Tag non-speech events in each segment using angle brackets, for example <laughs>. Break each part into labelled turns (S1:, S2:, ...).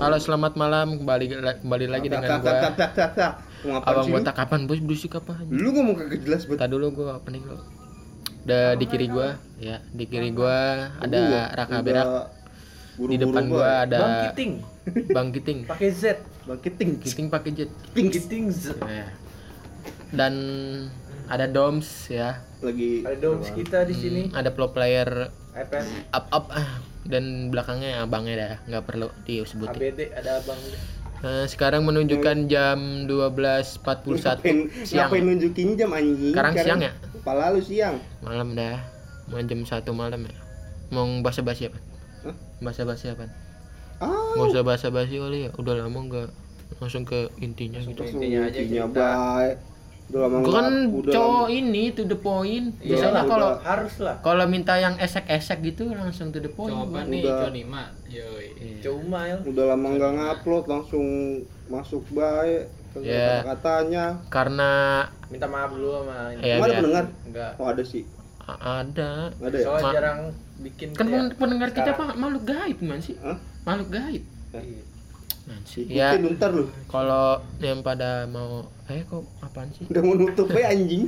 S1: Halo, selamat malam. Kembali kembali lagi
S2: Tak,
S1: dengan
S2: tak, tak,
S1: gua.
S2: tak, tak, tak, tak. Ngomong apaan
S1: Abang
S2: sih Hmm. lu?
S1: botak kapan, Bos? Berisik kapan?
S2: Lu ngomong kagak jelas buat
S1: Tadi dulu gua opening lo. Da, di kiri gua, ya, di kiri gua ada Raka Berak, di depan gua ada
S3: Bang Kiting
S1: Bang Giting.
S3: pakai Z.
S2: Bangkiting
S1: Giting pakai jet. Gitu
S3: Kiting Kiting Z.
S1: Ya. Dan ada Doms ya.
S2: lagi
S3: Ada doms kita di sini.
S1: Ada pro player
S3: FM
S1: up up ah. dan belakangnya abangnya dah, nggak perlu disebutin.
S3: ABD ada abang.
S1: Nah, sekarang menunjukkan jam 12.41
S2: ngapain,
S1: siang.
S2: ngapain nunjukin jam anjing
S1: Sekarang siang ya?
S2: Kepala lu siang
S1: malam dah mau jam satu malam ya mau bahasa basi apa
S2: Hah?
S1: bahasa basi apa
S2: Ah
S1: nggak usah bahasa basi kali ya udah lama nggak langsung ke intinya gitu
S2: langsung
S3: Intinya aja
S2: intinya,
S3: cerita.
S2: Bay. Udah lama
S1: gue kan
S2: nggak- udah
S1: cowok
S2: lama-
S1: ini to the point
S2: Iya,
S1: biasanya
S2: udah.
S1: kalau
S3: Harus lah.
S1: kalau minta yang esek-esek gitu langsung to the point gua.
S4: Coba nih,
S2: Udah.
S4: Conima. Yoi.
S1: Iya.
S3: Cuma ya.
S2: Udah lama nggak ngupload langsung masuk baik
S1: Ya.
S2: katanya
S1: karena
S3: Minta maaf dulu sama ini.
S1: ya,
S2: Mana
S1: biar-
S2: pendengar?
S3: Enggak.
S2: Oh ada sih
S1: A- ada
S2: Ada ya?
S3: Soalnya
S1: Ma-
S3: jarang bikin
S2: Iya.
S1: kan
S3: kayak
S1: pen- pendengar kita
S3: sekarang.
S1: pak makhluk gaib man sih
S2: Hah? Ya?
S1: makhluk gaib
S3: Iya.
S1: man sih ya
S2: Ikutin lu ntar lu
S1: kalau yang pada mau eh kok apaan sih
S2: Udah menutup bay anjing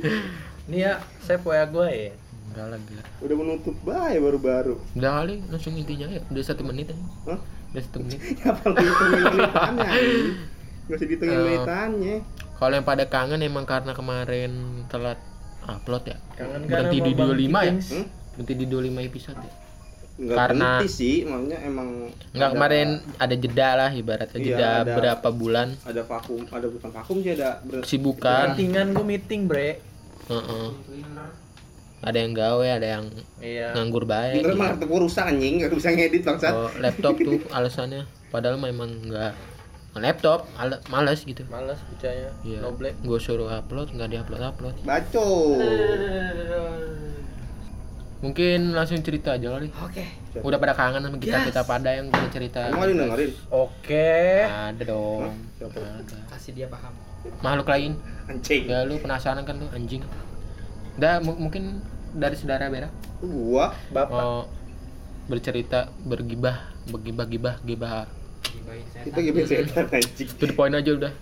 S3: Nih ya, saya poya gue ya.
S1: enggak lagi lah
S2: Udah menutup bay baru-baru
S1: Udah kali langsung intinya ya. Udah satu menit aja.
S2: Hah? <laughs>
S1: Udah satu menit.
S2: Apa lu hitungin menitannya anjing Gak usah dihitungin
S1: Eh.
S2: menitannya
S1: Kalau yang pada kangen emang karena kemarin telat upload ya.
S3: Kangen kan
S1: Berhenti
S3: sama
S1: di
S3: Bang
S1: 25 ya.
S3: Kiting.
S2: Hmm?
S1: Berhenti di 25 episode ya.
S2: Nggak
S1: Karena-
S2: berhenti sih maksudnya emang
S1: Enggak
S2: ada-
S1: kemarin ada jeda lah ibaratnya
S2: Iya,
S1: jeda
S2: ada.
S1: berapa bulan
S2: ada vakum ada bukan vakum sih ada ber-
S1: kesibukan.
S3: Meetingan gue meeting, Bre.
S1: Heeh. Ada yang gawe, ada yang
S3: Iya.
S1: nganggur baik.
S2: Bener mah kartu gua rusak anjing, gak bisa ngedit bangsat.
S1: Kalau laptop tuh alasannya padahal memang enggak laptop ale- males gitu.
S3: Males bacanya.
S1: Iya.
S3: Noble.
S1: Gue suruh upload nggak diupload upload.
S2: Baco.
S1: Mungkin langsung cerita aja kali.
S3: Oke.
S1: <laughs> Udah pada kangen sama kita kita pada yang punya cerita.
S2: Emang ada yang dengerin?
S3: Oke.
S1: Ada dong.
S2: Siapa?
S1: Ada.
S4: Kasih dia paham.
S1: Makhluk lain.
S2: Anjing.
S1: Ya lu penasaran kan lu anjing. Dah mu- mungkin dari saudara Bera
S2: Itu gua.
S3: Bapak.
S1: mau bercerita bergibah bergibah gibah gibah
S4: Gibahin setan.
S2: Kita gimana
S1: <laughs>
S2: setan anjing.
S1: itu poin aja udah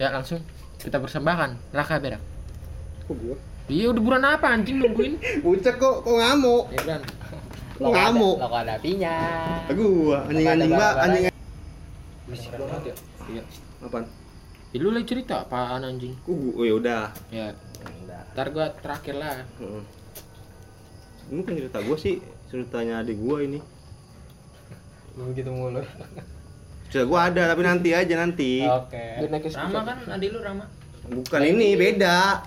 S1: ya langsung kita persembahkan Raka Bera
S2: Kok gua?
S1: iya udah buruan apa anjing nungguin
S2: Bucek kok kok ngamuk?
S4: Ya kan.
S2: Kok ngamuk?
S4: Lo ada pinya.
S2: Gua anjing anjing mbak anjing.
S4: Berisik banget ya.
S1: iya
S2: Apaan?
S1: Ya, lu lagi cerita apaan anjing
S2: Kok gua? Oh ya udah.
S1: ya ntar gua terakhir lah
S2: Heeh. Ini bukan cerita gua sih, ceritanya adik gua ini. gitu
S4: Begitu mulu.
S2: Cerita gua ada tapi nanti aja nanti.
S5: Oh.
S4: Oke.
S3: Rama kan adik lu Rama.
S2: Bukan ini beda.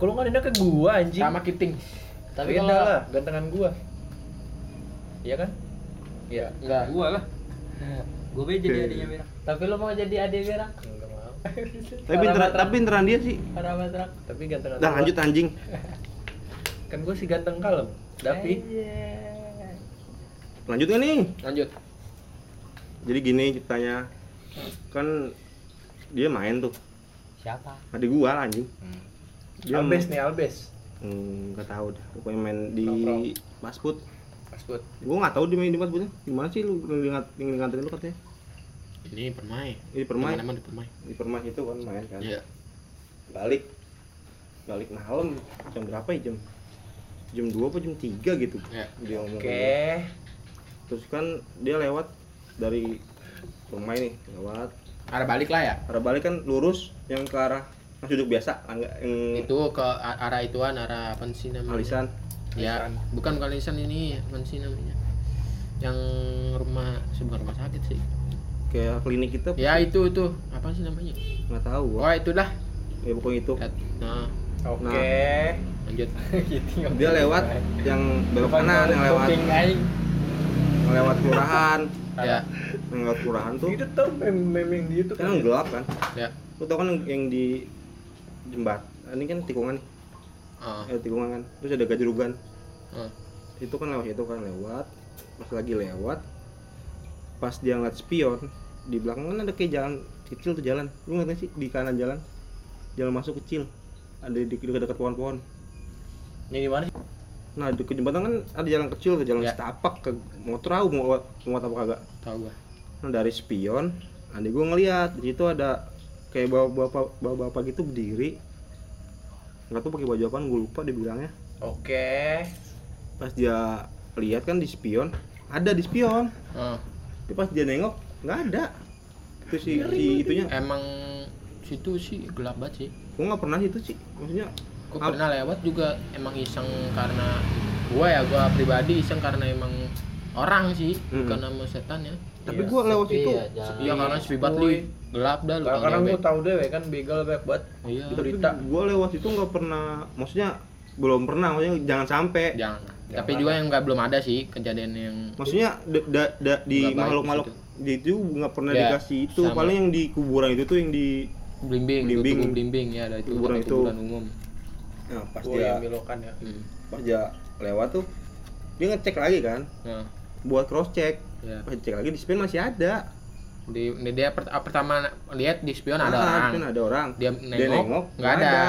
S3: Kalau nggak ada ke gua anjing.
S1: sama Kiting
S3: Tapi
S4: Beda
S3: kalau
S4: lah.
S3: gantengan gua. Iya kan? Iya.
S1: enggak gua lah
S4: Gue be jadi adiknya Berak.
S3: Tapi lu mau jadi adik Berak? Enggak
S2: <laughs>
S3: mau.
S2: Tapi pinteran, tapi pinteran dia sih.
S4: Para matrak.
S3: Tapi gantengan.
S2: Dah
S3: gua.
S2: lanjut anjing.
S3: Kan gua sih ganteng kalem. Tapi
S2: Lanjut gak nih?
S1: lanjut
S2: Jadi gini ceritanya. Kan dia main tuh
S4: Siapa?
S2: adik gua lah, anjing dia
S3: Albes nih Albes.
S2: Hmm, nggak tahu dah pokoknya main di
S3: Nongkrong.
S2: Pasput
S3: Mas Bud.
S2: gua nggak tahu dia main di Pasputnya gimana sih lu ngingat nganterin lu katanya
S1: ini permai
S2: di permai
S1: Teman-teman di permai
S2: di permai itu kan main kan
S1: Iya.
S2: balik balik malam jam berapa ya jam jam dua apa jam tiga gitu
S1: Iya.
S2: dia ngomong
S3: Oke.
S2: gitu. terus kan dia lewat dari permai nih lewat
S1: Arah balik lah ya.
S2: arah balik kan lurus yang ke arah masih duduk biasa enggak yang
S1: Itu ke a- arah ituan, arah apa sih namanya?
S2: alisan
S1: Ya,
S3: Alisan.
S1: bukan bukan alisan ini, apa sih namanya? Yang rumah sebuah rumah sakit sih.
S2: kayak klinik kita
S1: Ya itu itu apa sih namanya?
S2: nggak tahu gua.
S1: Wah itulah.
S2: ya pokoknya itu
S1: Ya, Nah
S3: Oke. <laughs>
S1: lanjut.
S2: Nah. dia lewat yang belok kanan yang lewat
S4: Kuping aing.
S2: yang lewat kelurahan
S1: ya
S2: yang lewat kelurahan tuh
S3: Itu tuh mem- meme yang di YouTube
S2: kan yang
S3: kan.
S2: gelap kan
S1: ya.
S2: lu tau kan yang, yang di jembat ini kan tikungan nih,
S1: Ah,
S2: ada tikungan kan terus ada gajerugan
S1: ah.
S2: itu kan lewat itu kan lewat pas lagi lewat pas dia ngeliat spion di belakang kan ada kayak jalan kecil tuh jalan lu ngerti sih di kanan jalan jalan masuk kecil ada di dekat-dekat pohon-pohon
S3: Yang di mana? sih?
S2: nah di ke jembatan kan ada jalan kecil tuh jalan
S1: Ya.
S2: setapak ke mau tahu mau lewat mau tahu apa kagak
S1: Tahu gua.
S2: Nah, dari spion, nanti gue ngeliat di situ ada kayak bapak-bapak bapak gitu berdiri. Nggak tuh pakai baju apaan, gue lupa dibilangnya.
S3: Oke.
S2: Pas dia lihat kan di spion, ada di spion.
S1: Oh,
S2: Tapi pas dia nengok, nggak ada. Itu si, si itunya,
S1: emang situ sih gelap banget sih
S2: gue nggak pernah itu sih. Maksudnya
S1: gue
S2: Ap-
S1: pernah lewat juga emang iseng karena gue ya gue pribadi iseng karena emang orang sih
S2: Mm.
S1: bukan sama setan ya
S2: tapi
S3: Iya,
S2: gue lewat
S4: sepi
S2: situ
S4: ya, jalan.
S1: iya karena sepi banget
S3: Uy.
S1: Li. gelap dah lu
S3: Karena
S1: tau
S3: gue
S1: ya,
S3: tau deh kan begal banyak banget.
S1: Be. iya
S2: tapi
S3: Berita.
S2: gue lewat situ nggak pernah maksudnya belum pernah maksudnya jangan sampai
S1: jangan
S3: Jangan
S1: tapi
S3: ada.
S1: juga yang nggak belum ada sih kejadian yang
S2: maksudnya da- da- da-
S1: Nggak
S2: di
S1: baik
S2: makhluk-makhluk
S1: di
S2: di itu nggak pernah
S1: Ya,
S2: dikasih itu
S1: sama.
S2: paling yang di kuburan itu tuh yang di
S1: blimbing
S2: Blimbing.
S1: blimbing blimbing ya ada itu
S2: Kuburan
S1: tapi
S2: itu.
S1: kuburan umum
S2: nah, pas
S3: Gue
S2: dia
S3: yang milokan ya.
S1: Hmm.
S2: pas dia lewat tuh dia ngecek lagi kan
S1: nah
S2: buat cross check
S1: ya
S2: pas cek lagi di spion masih ada
S1: di, di dia per- pertama lihat di spion Kan ada
S2: Ah, di
S1: orang
S2: spion ada orang
S1: dia
S2: nengok,
S1: nengok nggak
S2: nggak
S1: ada.
S2: ada.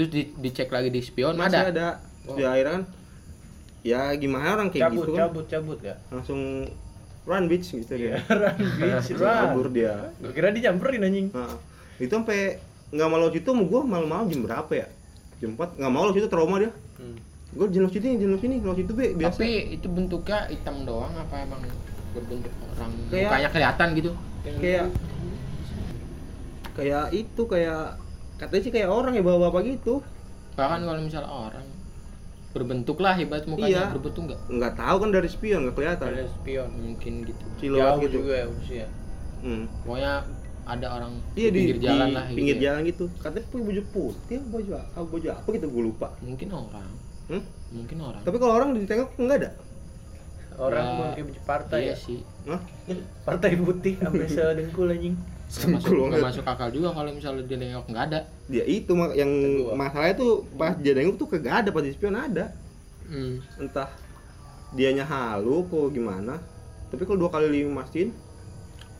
S1: terus di- dicek lagi di spion
S2: masih ada,
S1: ada Oh.
S2: Terus dia akhirnya kan ya gimana orang kayak
S3: Cabut,
S2: gitu kan
S3: cabut, cabut ya. <laughs>
S2: langsung run bitch gitu dia
S3: Run,
S2: <laughs>
S3: bitch,
S2: Langsung kabur
S3: run.
S2: dia
S3: Gue kira dia nyamperin anjing.
S2: Nah, itu sampai nggak mau lewat situ sama gue malam-malam jam berapa ya? Jam 4, nggak mau lewat situ trauma dia.
S3: Hmm.
S2: Gue jenuh situ, jenuh sini, lewat situ be, biasa.
S1: tapi itu bentuknya hitam doang apa emang berbentuk orang
S2: Kayak-
S1: mukanya kelihatan gitu
S2: kayak kayak itu kayak katanya sih kayak orang ya bawa-bapak gitu.
S1: bahkan kalau misalnya orang berbentuk lah hebat mukanya
S2: Iya.
S1: berbentuk nggak
S2: Nggak tahu kan dari spion nggak kelihatan.
S3: Ada spion.
S1: mungkin gitu
S2: Cilewat
S3: Iya. Jauh
S2: gitu.
S3: juga ya usia.
S2: Hmm.
S1: pokoknya ada orang
S2: Iya
S1: di
S2: di,
S1: pinggir jalan
S2: di
S1: lah gitu
S2: pinggir
S1: ya.
S2: jalan gitu. Katanya pakai baju putih, apa baju apa, baju apa gitu gue lupa.
S1: mungkin orang
S2: Hmm?
S1: mungkin orang
S2: Tapi kalau orang ditengok nggak ada.
S3: Orang
S1: Nah,
S3: cuma pakai baju partai
S1: iya
S3: ya.
S2: <laughs>
S1: sih
S2: Hah?
S3: <laughs> Partai putih
S2: <laughs>
S3: sampai sedengkul anjing.
S1: nggak masuk,
S2: Sengkul
S1: nggak
S2: banget.
S1: masuk akal juga kalau misalnya dia nengok nggak ada
S2: Dia itu mak- yang
S3: Kedua.
S2: masalahnya tuh pas dia nengok tuh kagak ada pas di spion ada.
S1: hmm.
S2: entah dianya halu kok gimana tapi kalau dua kali mastiin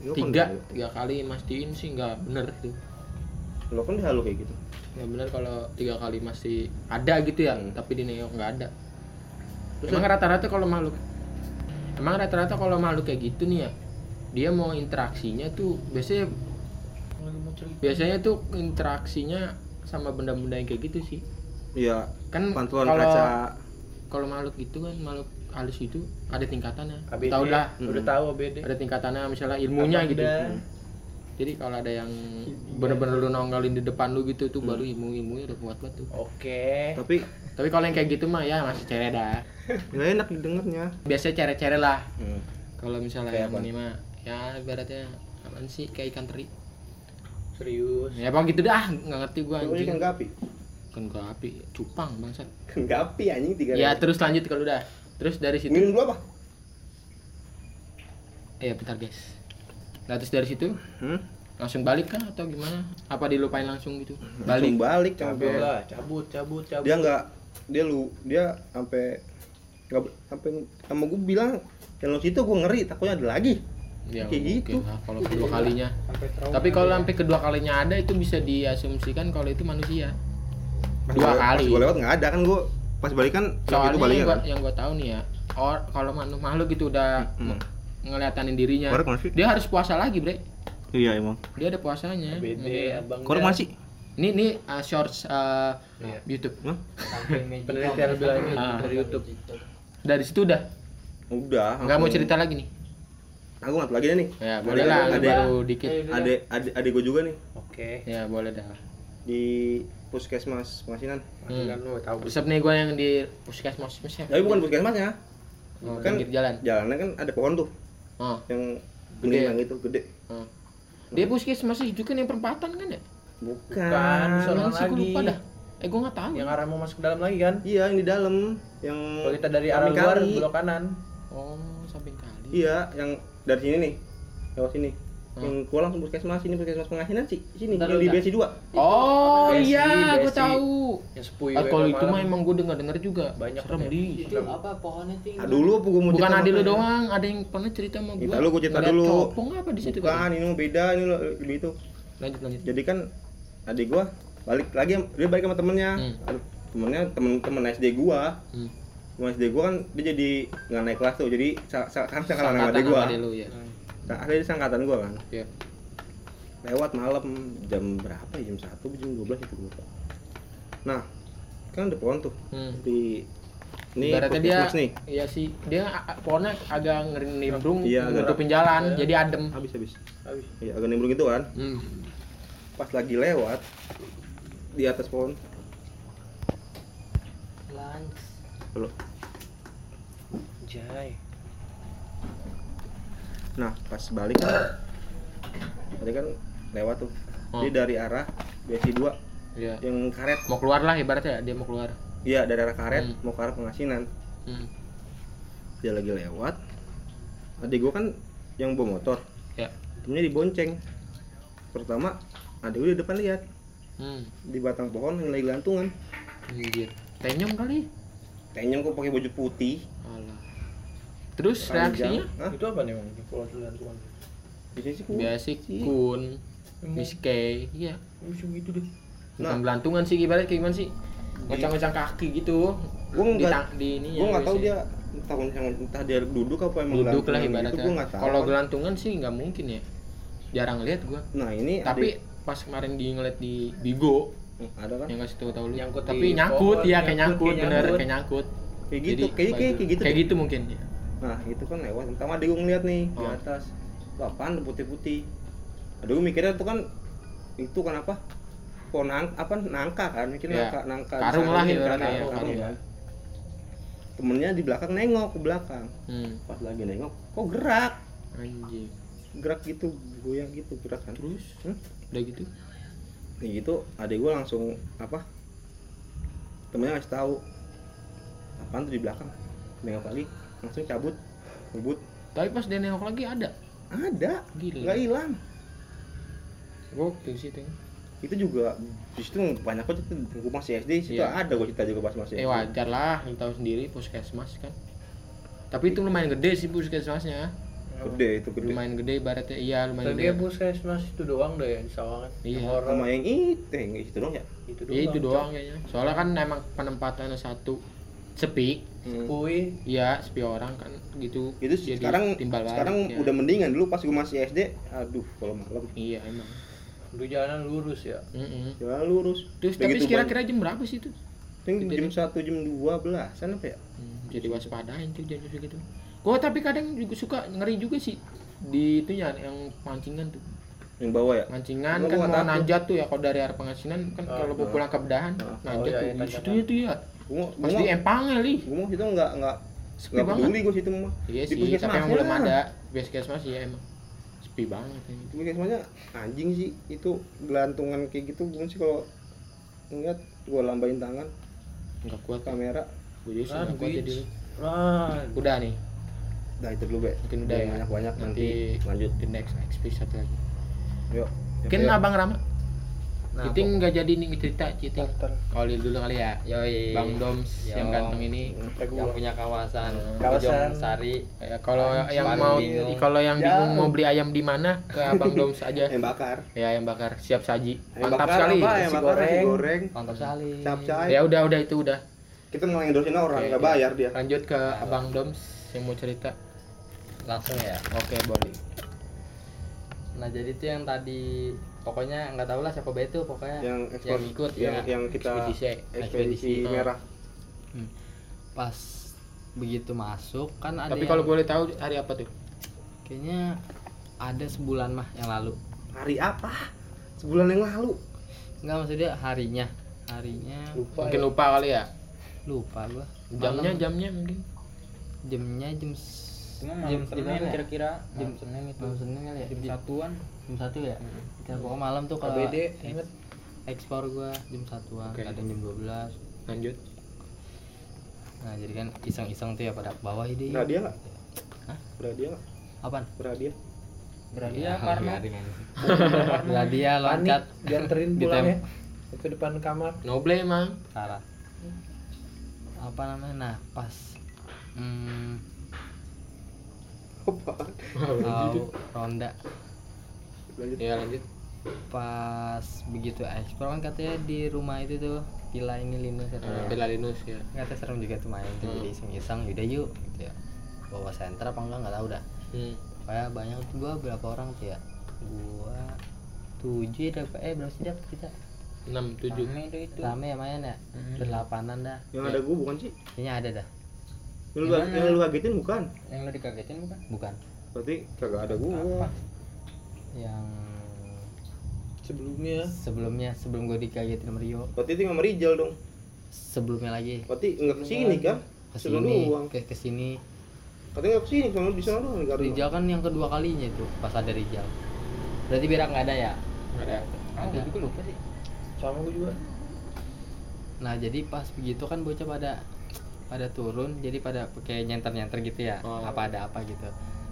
S2: lo kan
S1: tiga
S2: halu.
S1: tiga kali mastiin sih nggak bener tuh
S2: lo kan halu kayak gitu
S1: nggak bener kalau tiga kali masih ada gitu ya
S2: Hmm.
S1: tapi di nengok nggak ada
S2: Terus
S1: emang rata-rata kalau makhluk emang rata-rata kalau makhluk kayak gitu nih ya dia mau interaksinya tuh biasanya
S3: Lagi mau cerita.
S1: biasanya tuh interaksinya sama benda-benda yang kayak gitu sih
S2: ya
S1: kan
S2: pantulan
S1: kalau-
S2: kaca
S1: kalau makhluk itu kan makhluk halus itu ada tingkatannya
S3: ABD.
S1: tau lah
S3: Udah
S2: Hmm.
S3: tahu ABD.
S1: ada tingkatannya misalnya ilmunya
S3: Apa
S1: gitu
S3: benda.
S2: Hmm.
S1: jadi kalau ada yang bener-bener lu nongolin di depan lu gitu tuh
S2: Iya. Hmm.
S1: baru ilmu ilmunya udah kuat banget tuh Eh.
S3: Oke.
S2: tapi
S1: tapi kalau yang kayak gitu mah ya masih cere dah
S2: nggak enak didengarnya
S1: biasanya cere-cere lah kalau misalnya
S2: Kayak
S1: yang
S2: apa?
S1: ini mah ya ibaratnya apaan sih kayak ikan teri
S3: Serius.
S1: ya bang gitu dah nggak ngerti gua
S2: Lu
S1: anjing
S2: kan gapi
S1: kan gua api cupang bangsat
S2: kan gapi anjing tiga
S1: ya
S2: ribu.
S1: terus lanjut kalau udah terus dari situ
S2: minum dulu apa
S1: eh bentar guys nah terus dari situ
S2: hmm?
S1: langsung balik kah atau gimana apa dilupain langsung gitu balik
S2: balik balik
S3: Cabut
S2: sampai
S3: lah, cabut, cabut, cabut.
S2: dia nggak dia lu dia sampai nggak sampai sama gue bilang yang lo situ gue ngeri takutnya ada lagi
S1: ya
S2: Kayak gitu.
S1: mungkin lah kalau kedua kalinya
S4: Sampai trauma
S1: tapi kalau
S4: dia.
S1: sampai kedua kalinya ada itu bisa diasumsikan kalau itu manusia Dua kali.
S2: gue lewat nggak ada kan gue pas balik kan
S1: soalnya
S2: itu baliknya
S1: yang gua,
S2: kan
S1: yang gua tahu nih ya or kalau makhluk makhluk itu udah
S2: Hmm.
S1: nge- ngelihatanin dirinya
S2: Korek masih?
S1: Iya. dia harus puasa lagi bre
S2: iya emang
S1: dia ada puasanya
S3: ABD,
S1: Iya.
S3: abang.
S2: korek
S3: dah.
S2: masih
S1: ini ini uh, shorts uh,
S3: Iya.
S1: YouTube
S2: Hah?
S4: Sampai mejikom.
S3: Penelitian lebih lanjut
S1: Ah.
S3: dari YouTube.
S1: dari situ udah
S2: udah
S1: nggak mau
S2: langsung.
S1: cerita lagi nih
S2: aku nggak Nah, lagi nih
S1: ya
S2: Ada-
S1: boleh lah
S2: ada
S1: baru dikit
S2: ada ada ada gue juga nih
S3: Oke.
S1: ya boleh dah
S2: di puskesmas pengasinan
S1: Hmm.
S3: Kan lu tahu.
S1: resep nih gua yang di puskesmas mas ya
S2: tapi bukan puskesmasnya
S1: Oh,
S2: Kan-
S1: pinggir jalan
S2: jalannya kan ada pohon tuh
S1: oh,
S2: yang
S1: Gede.
S2: gede gitu gede
S1: oh. dia puskesmas itu kan yang perempatan kan ya
S3: Bukan,
S2: bukan
S3: sono
S1: Gimana sih gua
S3: lagi.
S1: lupa dah eh gua nggak tahu
S3: Yang arah mau masuk dalam lagi kan?
S2: iya yang di dalam yang
S3: Kalau kita dari arah
S2: samping
S3: luar
S2: kali.
S3: belok kanan.
S1: oh samping kali
S2: iya yang dari sini nih lewat sini
S1: Hmm.
S2: yang gua langsung puskesmas ini puskesmas pengasinan sih sini
S1: Bentar,
S2: yang di
S1: bentar.
S2: BSI 2
S1: Oh
S3: Besi,
S1: iya, gue
S3: besi.
S1: tahu.
S3: Yang
S2: Iya,
S3: sepuyuh.
S1: Ah,
S3: ya,
S1: kalau itu
S3: malam.
S1: mah emang gue dengar dengar juga.
S3: Banyak
S1: serem
S3: kan ya?
S1: di.
S4: Itu apa pohonnya sih?
S2: aduh lu apa Nah, gua mau
S1: Bukan
S2: cerita
S1: Adi lu
S2: makanya?
S1: doang, ada yang pernah cerita sama gue.
S2: Cerita lu, gua cerita dulu.
S1: Copong apa di situ
S2: bukan
S1: kan?
S2: ini mah beda ini lo- lebih itu
S1: Lanjut lanjut.
S2: jadi kan adik gua balik lagi dia balik sama temennya
S1: Hmm.
S2: Aduh, temennya temen temen SD gua
S1: Hmm.
S2: temen SD gua kan dia jadi nggak naik kelas tuh jadi sa- sa- kan sekarang
S1: Sangkatan
S2: sama adik gua
S1: sama adik lu ya.
S2: Nah, ada di angkatan gua kan.
S1: Iya.
S2: Lewat malam jam berapa ya? Jam 1 jam 12 itu gua. lupa. Nah, kan ada pohon tuh
S1: Hmm.
S2: di ini
S1: Ibaratnya dia
S2: puskesmas nih.
S1: Iya sih, dia a- pohonnya agak ngerindung
S2: Iya, agak.
S1: nutupin jalan,
S3: Iya.
S1: jadi adem.
S2: Habis habis.
S3: Habis.
S2: Ya, agak nimbrung gitu kan.
S1: Hmm.
S2: Pas lagi lewat di atas pohon
S4: Lunch.
S2: loh.
S3: Jai.
S2: Nah, pas balik kan tadi kan lewat tuh.
S1: Hmm.
S2: Dia dari arah BSI 2
S1: Iya.
S2: yang karet.
S1: Mau keluar lah ibaratnya dia mau keluar.
S2: Iya, dari arah karet
S1: Hmm.
S2: mau ke arah pengasinan.
S1: Hmm.
S2: Dia lagi lewat. Adik gua kan yang bawa motor.
S1: Ya.
S2: temennya dibonceng pertama ada udah depan lihat
S1: Hmm.
S2: di batang pohon yang lagi gelantungan
S1: Anjir. Tenyum kali.
S2: tenyeng kok pakai baju putih
S1: Alah. Terus reaksinya?
S2: panjang. Hah?
S3: Itu apa nih Bang? Kalau duluan tuan.
S2: biasanya sih kuat.
S1: Biasa
S3: Iya.
S1: kun, miske, iya.
S3: Musuh gitu deh.
S1: Bukan
S2: Nah. Iya.
S1: belantungan sih ibarat kayak gimana sih? Ngocang-ngocang kaki gitu.
S2: Gua
S1: Di
S2: nggak-
S1: tang- di ininya
S2: gue nggak tahu
S1: ya, biasanya.
S2: dia entah, entah dia duduk apa emang
S1: duduk lah
S2: gelantungan gitu,
S1: ibaratnya.
S2: gua nggak tahu
S1: Kalau gelantungan sih nggak mungkin ya. Jarang lihat gua.
S2: nah ini
S1: Tapi pas kemarin di ngeliat di Bigo
S2: ada, Hmm, ada kan
S1: yang ngasih tahu tahu lu.
S3: Nyangkut
S1: Tapi
S3: di
S1: nyangkut
S3: pohon,
S1: ya kayak nyangkut,
S3: nyangkut,
S1: bener
S3: nyangkut.
S1: kayak nyangkut.
S2: kayak
S1: Jadi
S2: gitu kayak kayak, kayak gitu
S1: Kayak
S2: deh.
S1: gitu mungkin. ya.
S2: nah itu kan lewat pertama adik gue ngeliat nih di
S1: Oh.
S2: atas Tuh apaan tuh putih-putih aduh gue mikirnya itu kan itu kan apa pohon nang- apa nangka kan
S1: Iya.
S2: mikirnya nangka nangka
S1: Karung lah
S2: disangin,
S1: ibaratnya ya,
S2: karung, karung
S1: karung.
S2: kan. temennya di belakang nengok ke belakang
S1: Hmm.
S2: pas lagi nengok kok gerak
S1: Anjing.
S2: gerak gitu goyang gitu gerak kan
S1: Terus
S2: Hmm?
S1: udah gitu.
S2: Nih gitu adik gue langsung apa temennya ngasih tahu apaan tuh di belakang nengok lagi langsung cabut ngebut
S1: Tapi pas dia nengok lagi ada.
S2: ada nggak
S1: Gila.
S2: iya. hilang
S1: Gokil sih itu.
S2: itu juga di situ banyak banget itu gue masih SD di situ
S1: Iya.
S2: ada gue cerita juga pas masih
S1: Eh
S2: SD.
S1: wajar lah, lu tahu sendiri puskesmas kan. Tapi itu lumayan gede sih puskesmasnya.
S2: gede itu gede
S1: Lumayan gede ibaratnya iya lumayan
S3: Tapi ya
S1: gede.
S3: puskesmas itu doang deh yang di Sawangan.
S1: Iya.
S3: Yang Orang
S2: sama yang itu yang itu dong ya
S3: Iya, itu doang.
S1: Ya itu doang kayaknya. Soalnya kan emang penempatannya satu sepi,
S2: Hmm.
S3: Kui
S1: Iya, sepi orang kan gitu.
S2: itu
S1: Jadi
S2: sekarang
S1: timbal balik,
S2: sekarang
S1: ya.
S2: udah mendingan dulu pas gue masih SD aduh kalau malam
S1: Iya emang.
S3: lu jalanan lurus ya.
S1: Mm-mm.
S2: jalan lurus gitu
S1: Terus tapi
S2: Begitu
S1: kira-kira jam berapa sih itu?
S2: Ini
S1: Jadi-
S2: jam satu jam dua belasan apa ya?
S1: Hmm, jadi waspadain tuh jam segitu. Kok tapi kadang juga suka ngeri juga sih di itunya yang pancingan tuh.
S2: Yang bawah ya?
S1: Mancingan
S2: Lu
S1: kan
S2: gua
S1: mau
S2: takut.
S1: najat tuh ya kalau dari arah pengasinan kan
S3: Ah,
S1: kalau mau
S2: ah.
S1: pulang ke bedahan
S2: Ah.
S1: najat
S3: Oh, iya,
S1: tuh
S3: iya,
S1: di
S3: tanjakan.
S1: situ itu ya.
S2: Gua gua
S1: Pas di empangnya li.
S2: gua mau situ enggak enggak
S1: Sepi
S2: enggak
S1: banget.
S2: peduli gua situ mah.
S1: Iya
S2: Di
S1: sih, tapi
S2: puskesmasnya.
S1: yang belum
S3: ya.
S1: ada puskesmas ya emang. Sepi banget ini.
S2: Gua kayak semuanya anjing sih itu gelantungan kayak gitu gua sih kalau ngeliat gua lambain tangan
S1: Enggak kuat kan.
S2: kamera.
S1: Gue juga sih
S3: Ah,
S1: nggak kuat
S3: bitch.
S1: jadi. lu.
S3: Wah,
S1: Udah nih,
S2: Dah itu dulu, Be.
S1: mungkin udah
S3: Iya,
S1: ya.
S2: Banyak-banyak nanti, lanjut.
S1: di next XP satu lagi.
S2: Yuk.
S1: Mungkin Abang Rama.
S4: Nah,
S1: Citing nggak jadi nih cerita Citing. Kalau dia dulu kali ya.
S4: Yoi.
S1: Bang Doms
S4: Iya. Yo.
S1: yang ganteng ini.
S4: yang punya kawasan.
S3: Kawasan.
S4: Bojong Sari.
S1: Ya, kalau yang
S4: Paling
S1: mau
S4: bingung.
S1: kalau yang bingung
S3: Jauh.
S1: mau beli ayam di mana ke Abang Doms aja.
S2: Ayam bakar.
S1: Ya yang bakar siap saji.
S2: Ayam
S1: Mantap
S2: bakar
S1: sekali.
S2: apa? Ayam
S3: Nasi
S2: bakar, nasi
S3: goreng.
S2: goreng,
S4: Mantap sekali.
S2: capcay.
S1: Ya udah udah itu udah.
S2: Kita nggak endorsein orang,
S1: Oke,
S2: nggak
S1: ya.
S2: bayar dia.
S1: Lanjut ke Abang Doms yang mau cerita.
S4: Langsung ya.
S1: Oke, boleh.
S4: Nah, jadi itu yang tadi pokoknya nggak tahu lah siapa be itu pokoknya
S2: Yang ekspor
S4: yang ikut
S2: yang,
S4: ya.
S2: yang kita
S1: Ekspedisi.
S2: ekspedisi
S1: Ekspedisi.
S2: merah.
S4: Pas begitu masuk kan
S1: Oh.
S4: ada
S1: Tapi
S4: yang-
S1: kalau boleh tahu hari apa tuh?
S4: kayaknya ada sebulan mah yang lalu.
S2: Hari apa? Sebulan yang lalu.
S4: Enggak maksudnya harinya. Harinya
S3: lupa.
S1: Mungkin
S3: ya.
S1: lupa kali ya.
S4: lupa gua.
S1: Jamnya
S4: Malam.
S1: jamnya mungkin.
S4: jamnya jam s-
S5: Cuma
S4: jam
S5: malam Senin
S4: sembilan ya?
S5: kira-kira
S4: Jam-
S5: jam Senin itu
S4: Malam Senin kali ya?
S5: jam
S4: Jam-
S5: satuan
S4: jam satu ya kita pokoknya malam tuh kalau
S3: KBD inget
S4: ekspor gua jam satuan
S1: Oke.
S4: kadang jam 12
S1: Lanjut.
S4: nah jadi kan iseng-iseng tuh ya pada ke bawah ini
S2: Nah, dia nggak?
S4: Hah?
S2: Udah dia nggak?
S4: apaan
S2: Udah dia.
S5: Beradia
S4: Ya,
S5: Parno
S4: garing aja. Beradia loncat
S3: Iya, panik dianterin
S4: <laughs> Di
S3: pulang ya ke depan kamar
S1: Noble emang.
S4: parah apa namanya nah pas hmm, mau ronda
S2: Lanjut.
S1: Ya lanjut.
S4: pas begitu ekspor kan katanya di rumah itu tuh villa ini Linus
S2: Nah.
S4: katanya
S1: Bela Linus ya.
S4: ternyata serem juga tuh main tuh
S1: Hmm.
S4: jadi iseng-iseng yaudah yuk gitu ya bawa senter apa enggak nggak tahu dah
S1: Hmm.
S4: kayak banyak tuh gua berapa orang tuh ya gua tujuh ya, dapet- eh berapa sih dapet kita
S1: 6 7.
S5: Rame tuh itu.
S4: rame ya main ya
S5: Hmm.
S4: berlapanan dah
S2: yang ada gua bukan sih
S4: kayaknya ada dah
S2: yang lu,
S5: Gimana?
S2: yang lu kagetin bukan
S5: Yang lo dikagetin bukan?
S4: bukan
S2: berarti kagak ada gua
S5: Apa?
S4: yang
S2: sebelumnya
S4: sebelumnya sebelum gua dikagetin sama Rio
S2: berarti itu sama Rijal dong
S4: sebelumnya lagi
S2: berarti nggak kesini kan sebelum
S4: kesini
S2: doang
S4: ke kesini
S2: katanya nggak kesini sama lu di sana doang nggak ada.
S4: Rijal kan yang kedua kalinya itu pas ada Rijal berarti Berak nggak ada ya
S1: Ada.
S5: Ah, gue juga lupa sih.
S3: sama gue juga
S4: nah jadi pas begitu kan bocah pada pada turun jadi pada pakai nyenter nyenter gitu ya
S1: Oh.
S4: apa ada apa gitu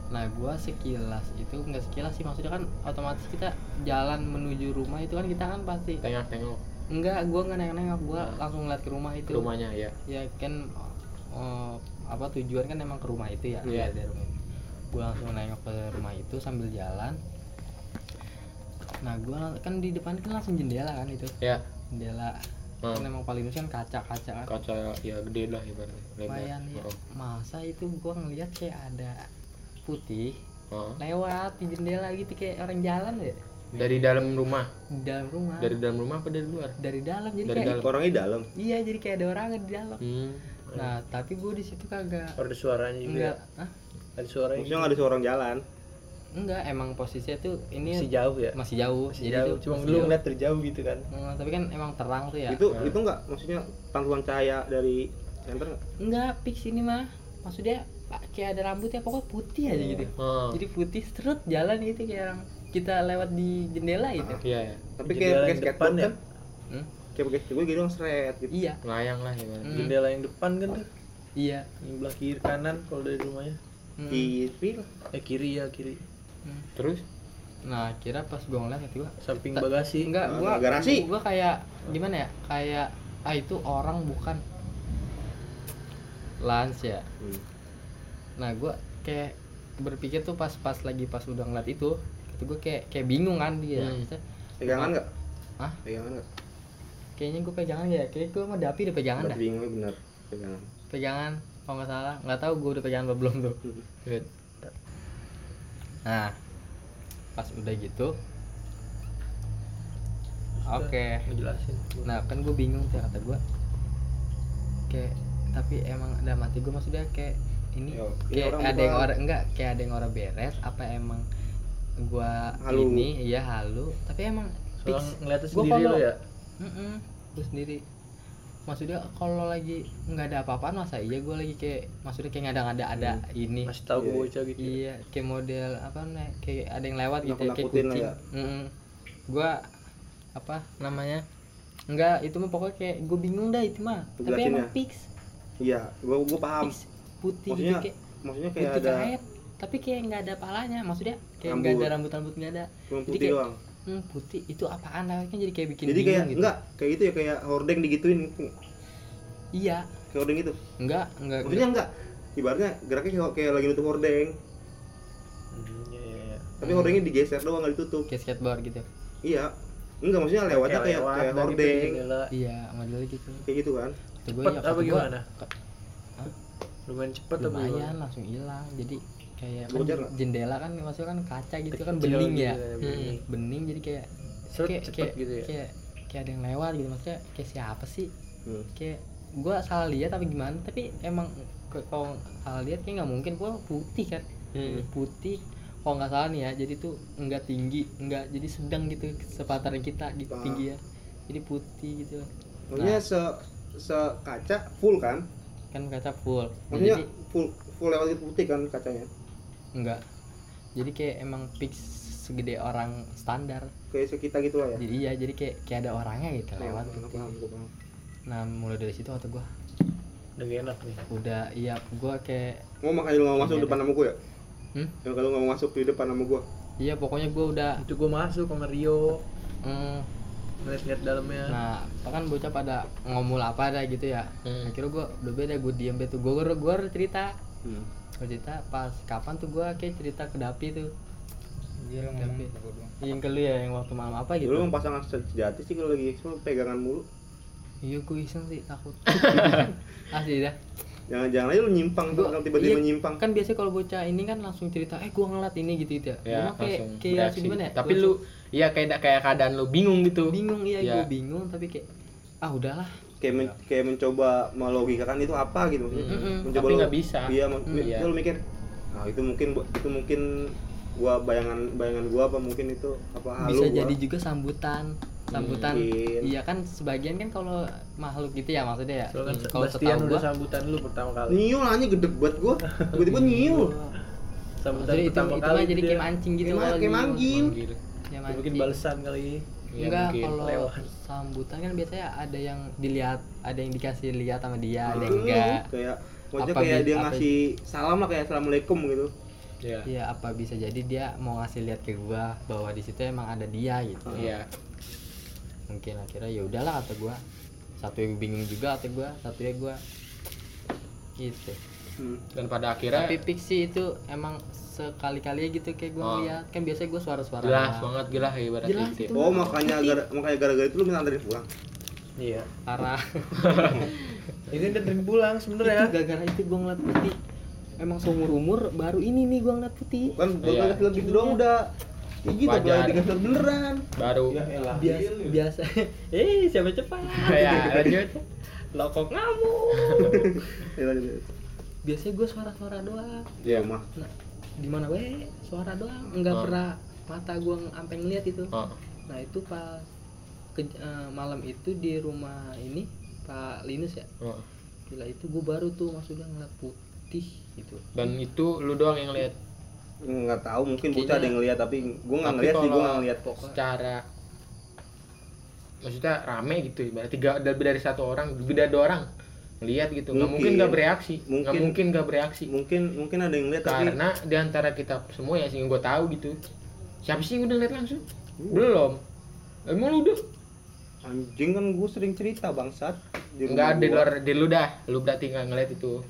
S4: nah gua sekilas itu nggak sekilas sih maksudnya kan otomatis kita jalan menuju rumah itu kan kita kan pasti
S1: Tengok-tengok
S4: enggak gua nggak nengok nengok gua
S1: Nah.
S4: langsung ngeliat ke rumah itu
S1: ke rumahnya ya.
S4: ya kan eh, apa tujuan kan emang ke rumah itu ya
S1: Iya.
S4: dari rumah itu. Gua langsung nengok ke rumah itu sambil jalan nah gua kan di depan kan langsung jendela kan itu
S1: Ya.
S4: jendela
S1: Hmm.
S4: kan emang paling bagus kan kaca kaca kan
S1: Kaca ya gede lah ibaratnya. Lebar.
S4: lumayan ya
S1: Oh.
S4: masa itu gua ngeliat kayak ada putih
S1: Oh.
S4: lewat di jendela gitu kayak orang jalan ya
S1: Dari dalam rumah,
S4: di dalam rumah
S1: dari dalam rumah apa dari luar?
S4: Dari dalam jadi
S1: dari
S4: kayak
S1: dalam.
S2: orangnya dalam
S4: iya jadi kayak ada orang di dalam
S1: Hmm. ya?
S4: nah tapi gua di situ kagak
S3: ada suaranya juga
S4: enggak Hah?
S3: ada suaranya
S2: maksudnya nggak ada seorang jalan
S4: enggak emang posisinya tuh ini
S3: masih jauh ya
S4: masih jauh
S3: masih
S4: jadi
S3: jauh
S4: tuh
S3: cuma
S4: masih
S3: lu
S4: jauh.
S3: ngeliat Gitu. dari jauh gitu kan
S4: Hmm, tapi kan emang terang tuh ya
S2: itu itu nggak maksudnya pantulan cahaya dari center nggak?
S4: enggak fix ini mah maksudnya kayak ada rambutnya pokoknya putih aja gitu
S3: Iya.
S1: Oh.
S4: jadi putih serut jalan gitu kayak orang kita lewat di jendela gitu
S3: Ah.
S1: Iya ya.
S2: tapi kayak
S3: Jendela
S2: pakai
S3: yang
S2: skateboard
S3: depan ya?
S2: kan
S4: Hmm?
S2: kayak pakai skateboard gitu dong seret gitu
S4: iya
S1: Layang lah ibaratnya.
S4: Hmm.
S3: jendela yang depan kan tuh
S4: iya
S3: yang belah kiri kanan kalau dari rumahnya
S4: Mm.
S2: gitu
S3: eh kiri ya kiri
S1: Terus
S4: Hmm. nah kira pas gua ngeliat kata gua
S3: samping
S4: Ta-
S3: bagasi
S4: enggak
S2: Nah,
S4: gua
S2: garasi.
S4: gua kayak gimana ya kayak ah itu orang bukan lans ya
S2: Hmm.
S4: nah gua kayak berpikir tuh pas pas lagi pas udah ngeliat itu itu gua kayak kayak bingung kan dia
S1: Hmm.
S4: Maksudnya,
S2: pegangan nggak
S4: Hah?
S2: pegangan nggak
S4: kayaknya gua pegangan ya kayak gua sama Dapi udah pegangan dah
S2: Berarti bingungnya bener pegangan
S4: pegangan kalau nggak salah nggak tahu gua udah pegangan apa belum tuh
S2: Hmm.
S1: lihat.
S4: nah pas udah gitu oke
S3: ngejelasin
S4: nah kan gue bingung tuh kata gue kayak tapi emang dalam hati gue maksudnya kayak ini
S2: Yo, ini
S4: kayak
S2: orang
S4: ada yang
S2: bukan.
S4: orang enggak kayak ada yang orang beres apa emang gue
S2: Halu.
S4: ini ya halu tapi emang
S3: soalnya
S4: fix
S3: ngeliatnya
S4: Gua
S3: sendiri
S4: kalau-
S3: lo ya
S4: Mm-mm, gue sendiri maksudnya kalau lagi nggak ada apa-apaan masa iya gue lagi kayak maksudnya kayak nggak ada ada ini
S3: masih tahu
S2: Iya.
S3: gue bocah gitu
S4: Iya, kayak model apa nih? Kayak ada yang lewat gitu, ya, kayak
S2: Nakut-nakutin lah
S4: kucing.
S2: ya.
S4: Mm-mm. Gua apa namanya? Enggak, itu mah pokoknya kayak gue bingung dah itu mah.
S2: Tuh
S4: Tapi
S2: jelasin
S4: emang
S2: ya.
S4: fix,
S2: iya gua gua paham
S4: fix putih
S2: Maksudnya
S4: gitu kayak
S2: maksudnya kayak
S4: putih
S2: ada
S4: karet. Tapi kayak nggak ada palanya, maksudnya kayak nggak ada rambut-rambut nggak ada.
S2: cuma
S4: Jadi
S2: putih
S4: kayak-
S2: doang
S4: Hmm, putih itu apaan lah kan jadi kayak bikin
S2: jadi
S4: bingung
S2: kayak
S4: gitu.
S2: enggak kayak gitu ya kayak hordeng digituin kayak
S4: Iya,
S2: hordeng gitu
S4: enggak, enggak.
S2: maksudnya enggak ibaratnya geraknya kayak, kayak lagi nutup hordeng
S3: Hmm, iya iya iya
S2: tapi
S4: Hmm.
S2: hordengnya digeser doang nggak ditutup
S4: Kayak skateboard gitu.
S2: iya enggak maksudnya lewatnya ya? kayak
S3: lewat
S2: kayak
S3: dari
S2: hordeng
S3: jendela.
S4: Iya, model gitu.
S2: kayak gitu kan
S4: Kata gua,
S3: cepet
S4: ya,
S3: apa
S4: kata gua,
S3: gimana lumayan cepet apa
S4: lumayan
S3: gimana?
S4: langsung hilang jadi kayak kan
S2: Bocor nggak?
S4: jendela kan maksudnya kan kaca gitu kan
S3: Kecil
S4: bening
S3: gitu
S4: ya
S3: ya,
S4: Hmm,
S3: bening.
S4: bening jadi kayak
S3: Seret,
S4: kayak
S3: cepet
S4: kayak,
S3: gitu ya
S4: kayak kayak ada yang lewat gitu maksudnya kayak siapa sih
S2: Hmm.
S4: kayak gua salah lihat tapi gimana tapi emang ke- kalau salah lihat kayak nggak mungkin gua putih kan
S1: Hmm.
S4: putih kalau nggak salah nih ya jadi tuh nggak tinggi nggak jadi sedang gitu sepataran kita gitu
S2: Ah.
S4: tinggi ya jadi putih gitu
S2: maksudnya se se kaca full kan
S4: kan kaca full Nah,
S2: maksudnya
S4: jadi
S2: full full lewat gitu putih kan kacanya
S4: Enggak. Jadi kayak emang fix segede orang standar.
S2: kayak sekitar gitu lah ya
S4: Jadi ya jadi kayak kayak ada orangnya gitu
S5: Iya,
S4: lewat
S2: Paham,
S4: gitu.
S2: paham, gua paham.
S4: Nah, mulai dari situ waktu gua
S3: udah gak enak nih
S4: udah iya gua kayak
S2: mau makanya lu nggak mau masuk
S4: Iya,
S2: depan nama gue ya
S4: Hmm?
S2: Ya, kalau nggak mau masuk di depan nama gue
S4: iya pokoknya gua udah
S3: itu gue masuk sama Rio
S4: mm,
S3: ngeliat-ngeliat dalamnya
S4: nah apa kan bocah pada ngomul apa ada gitu ya.
S1: Hmm.
S4: Akhirnya gua udah beda gua diem deh tuh. Gua gua, gua cerita. Gua cerita pas kapan tuh gua kayak cerita ke Dapi tuh.
S5: Iya lo ngomong
S4: Tapi-
S5: ke gua doang.
S4: Yang ke lu ya yang waktu malam apa
S2: Dulu
S4: gitu.
S2: emang pasangan sejati sih kalau lagi semua pegangan mulu.
S4: iya gue iseng sih
S5: <laughs>
S4: takut asli dah
S2: Jangan-jangan aja lu nyimpang tuh,
S4: Gua-
S2: kalau tiba-tiba
S4: iya,
S2: nyimpang.
S4: kan biasanya kalau bocah ini kan langsung cerita eh gua ngeliat ini gitu gitu
S1: ya
S4: ya, Gua mah kayak
S1: langsung
S4: kayak
S1: reaksi.
S4: langsung gimana ya
S1: tapi lu iya kayak kayak keadaan lu bingung gitu
S4: langsung bingung iya
S1: Ya.
S4: gua bingung tapi kayak ah udahlah
S2: Kayak men- kayak mencoba melogikakan itu apa gitu maksudnya.
S1: Mm-mm.
S2: Mencoba
S1: Tapi
S2: lu-
S1: nggak bisa.
S2: Iya, mak-
S1: Mm, iya.
S2: lu mikir ah itu mungkin bu- itu mungkin gua bayangan bayangan gua apa mungkin itu apa halu
S4: bisa
S2: gua.
S4: jadi juga sambutan sambutan
S2: Mungkin.
S4: iya kan sebagian kan kalau makhluk gitu ya maksudnya ya
S3: Soalnya
S4: Hmm, kalau
S3: Sebastian
S4: setahu
S3: udah
S4: gua Iya.
S3: sambutan lu pertama kali.
S2: Nyiul aja gede banget gua.
S4: <laughs>
S2: Tiba-tiba nyiul.
S3: Sambutan
S4: maksudnya itu
S3: pertama
S4: itu
S3: kali
S4: mah jadi
S3: dia.
S5: ya.
S4: kayak mancing gitu
S2: Kayak ma-
S4: kalau
S2: kayak
S4: gitu.
S2: manggil.
S1: Manggil.
S4: Ya, mancing.
S3: Mungkin balasan kali.
S1: Iya,
S4: Enggak,
S1: mungkin.
S4: kalau
S3: Lewat.
S4: sambutan kan biasanya ada yang dilihat, ada yang dikasih lihat sama dia, Ya, ada
S2: Gitu.
S4: yang enggak.
S2: Kayak Maksudnya
S4: Apa
S2: kayak
S4: bi-
S2: dia
S4: apa- gitu.
S2: ngasih salam lah kayak assalamualaikum gitu.
S1: Iya.
S4: Iya, apa bisa jadi dia mau ngasih lihat ke gua bahwa di situ emang ada dia gitu.
S1: Iya.
S4: Mungkin akhirnya ya udahlah kata gua. Satu yang bingung juga kata gua, satu ya gua gitu.
S1: Ya.
S2: Hmm.
S1: Dan pada akhirnya
S4: Tapi fiksi itu emang sekali-kali gitu kayak gua
S1: Oh.
S4: ngeliat kan biasanya gua suara-suara.
S1: jelas banget gila ibaratnya
S4: Jelas
S1: gitu.
S4: itu.
S2: Oh makanya gara makanya gara-gara itu lu minta anterin pulang.
S3: Iya.
S1: <laughs>
S4: Parah.
S3: Itu udah dari pulang ya.
S5: ya?
S4: itu
S3: sebenarnya.
S4: gara-gara itu gua ngeliat putih. Emang seumur umur baru ini nih gua ngeliat putih.
S2: Bukan bukan
S1: Iya.
S2: kasih gitu doang udah. Ya gitu
S1: Wajar.
S2: berarti dikasih lihat beneran.
S1: Baru.
S2: elah.
S1: Iya,
S4: biasa biasa <laughs> eh siapa
S1: <laughs>
S4: cepat <laughs>
S1: Ya, lanjut. Lokok <laughs> ngamuk.
S4: biasanya gue suara-suara doang
S2: Iya, mah.
S4: nah, gimana weh suara doang nggak
S1: Oh.
S4: pernah mata gue sampai ngeliat itu
S1: Oh,
S4: nah itu pas ke- eh, malam itu di rumah ini Pak Linus ya
S1: oh.
S4: gila itu gue baru tuh maksudnya ngeliat putih gitu
S1: Dan itu lu doang yang lihat
S2: Enggak tahu mungkin bocah ada yang ngeliat tapi gua enggak
S1: Tapi
S2: ngeliat sih, gua
S1: kalau-
S2: enggak ngeliat.
S1: secara maksudnya rame gitu ibarat tiga dari, dari satu orang beda dua orang lihat gitu nggak mungkin
S2: Mungkin.
S1: nggak bereaksi nggak
S2: Mungkin.
S1: mungkin nggak bereaksi
S2: Mungkin mungkin ada yang ngeliat tapi
S1: karena di antara kita semua ya sih gue tahu gitu siapa sih yang udah lihat langsung belum emang lu udah
S2: anjing kan gua sering cerita bangsat. Di
S1: nggak
S2: rumah
S1: di
S2: gua.
S1: luar di lu dah lu berarti nggak ngeliat itu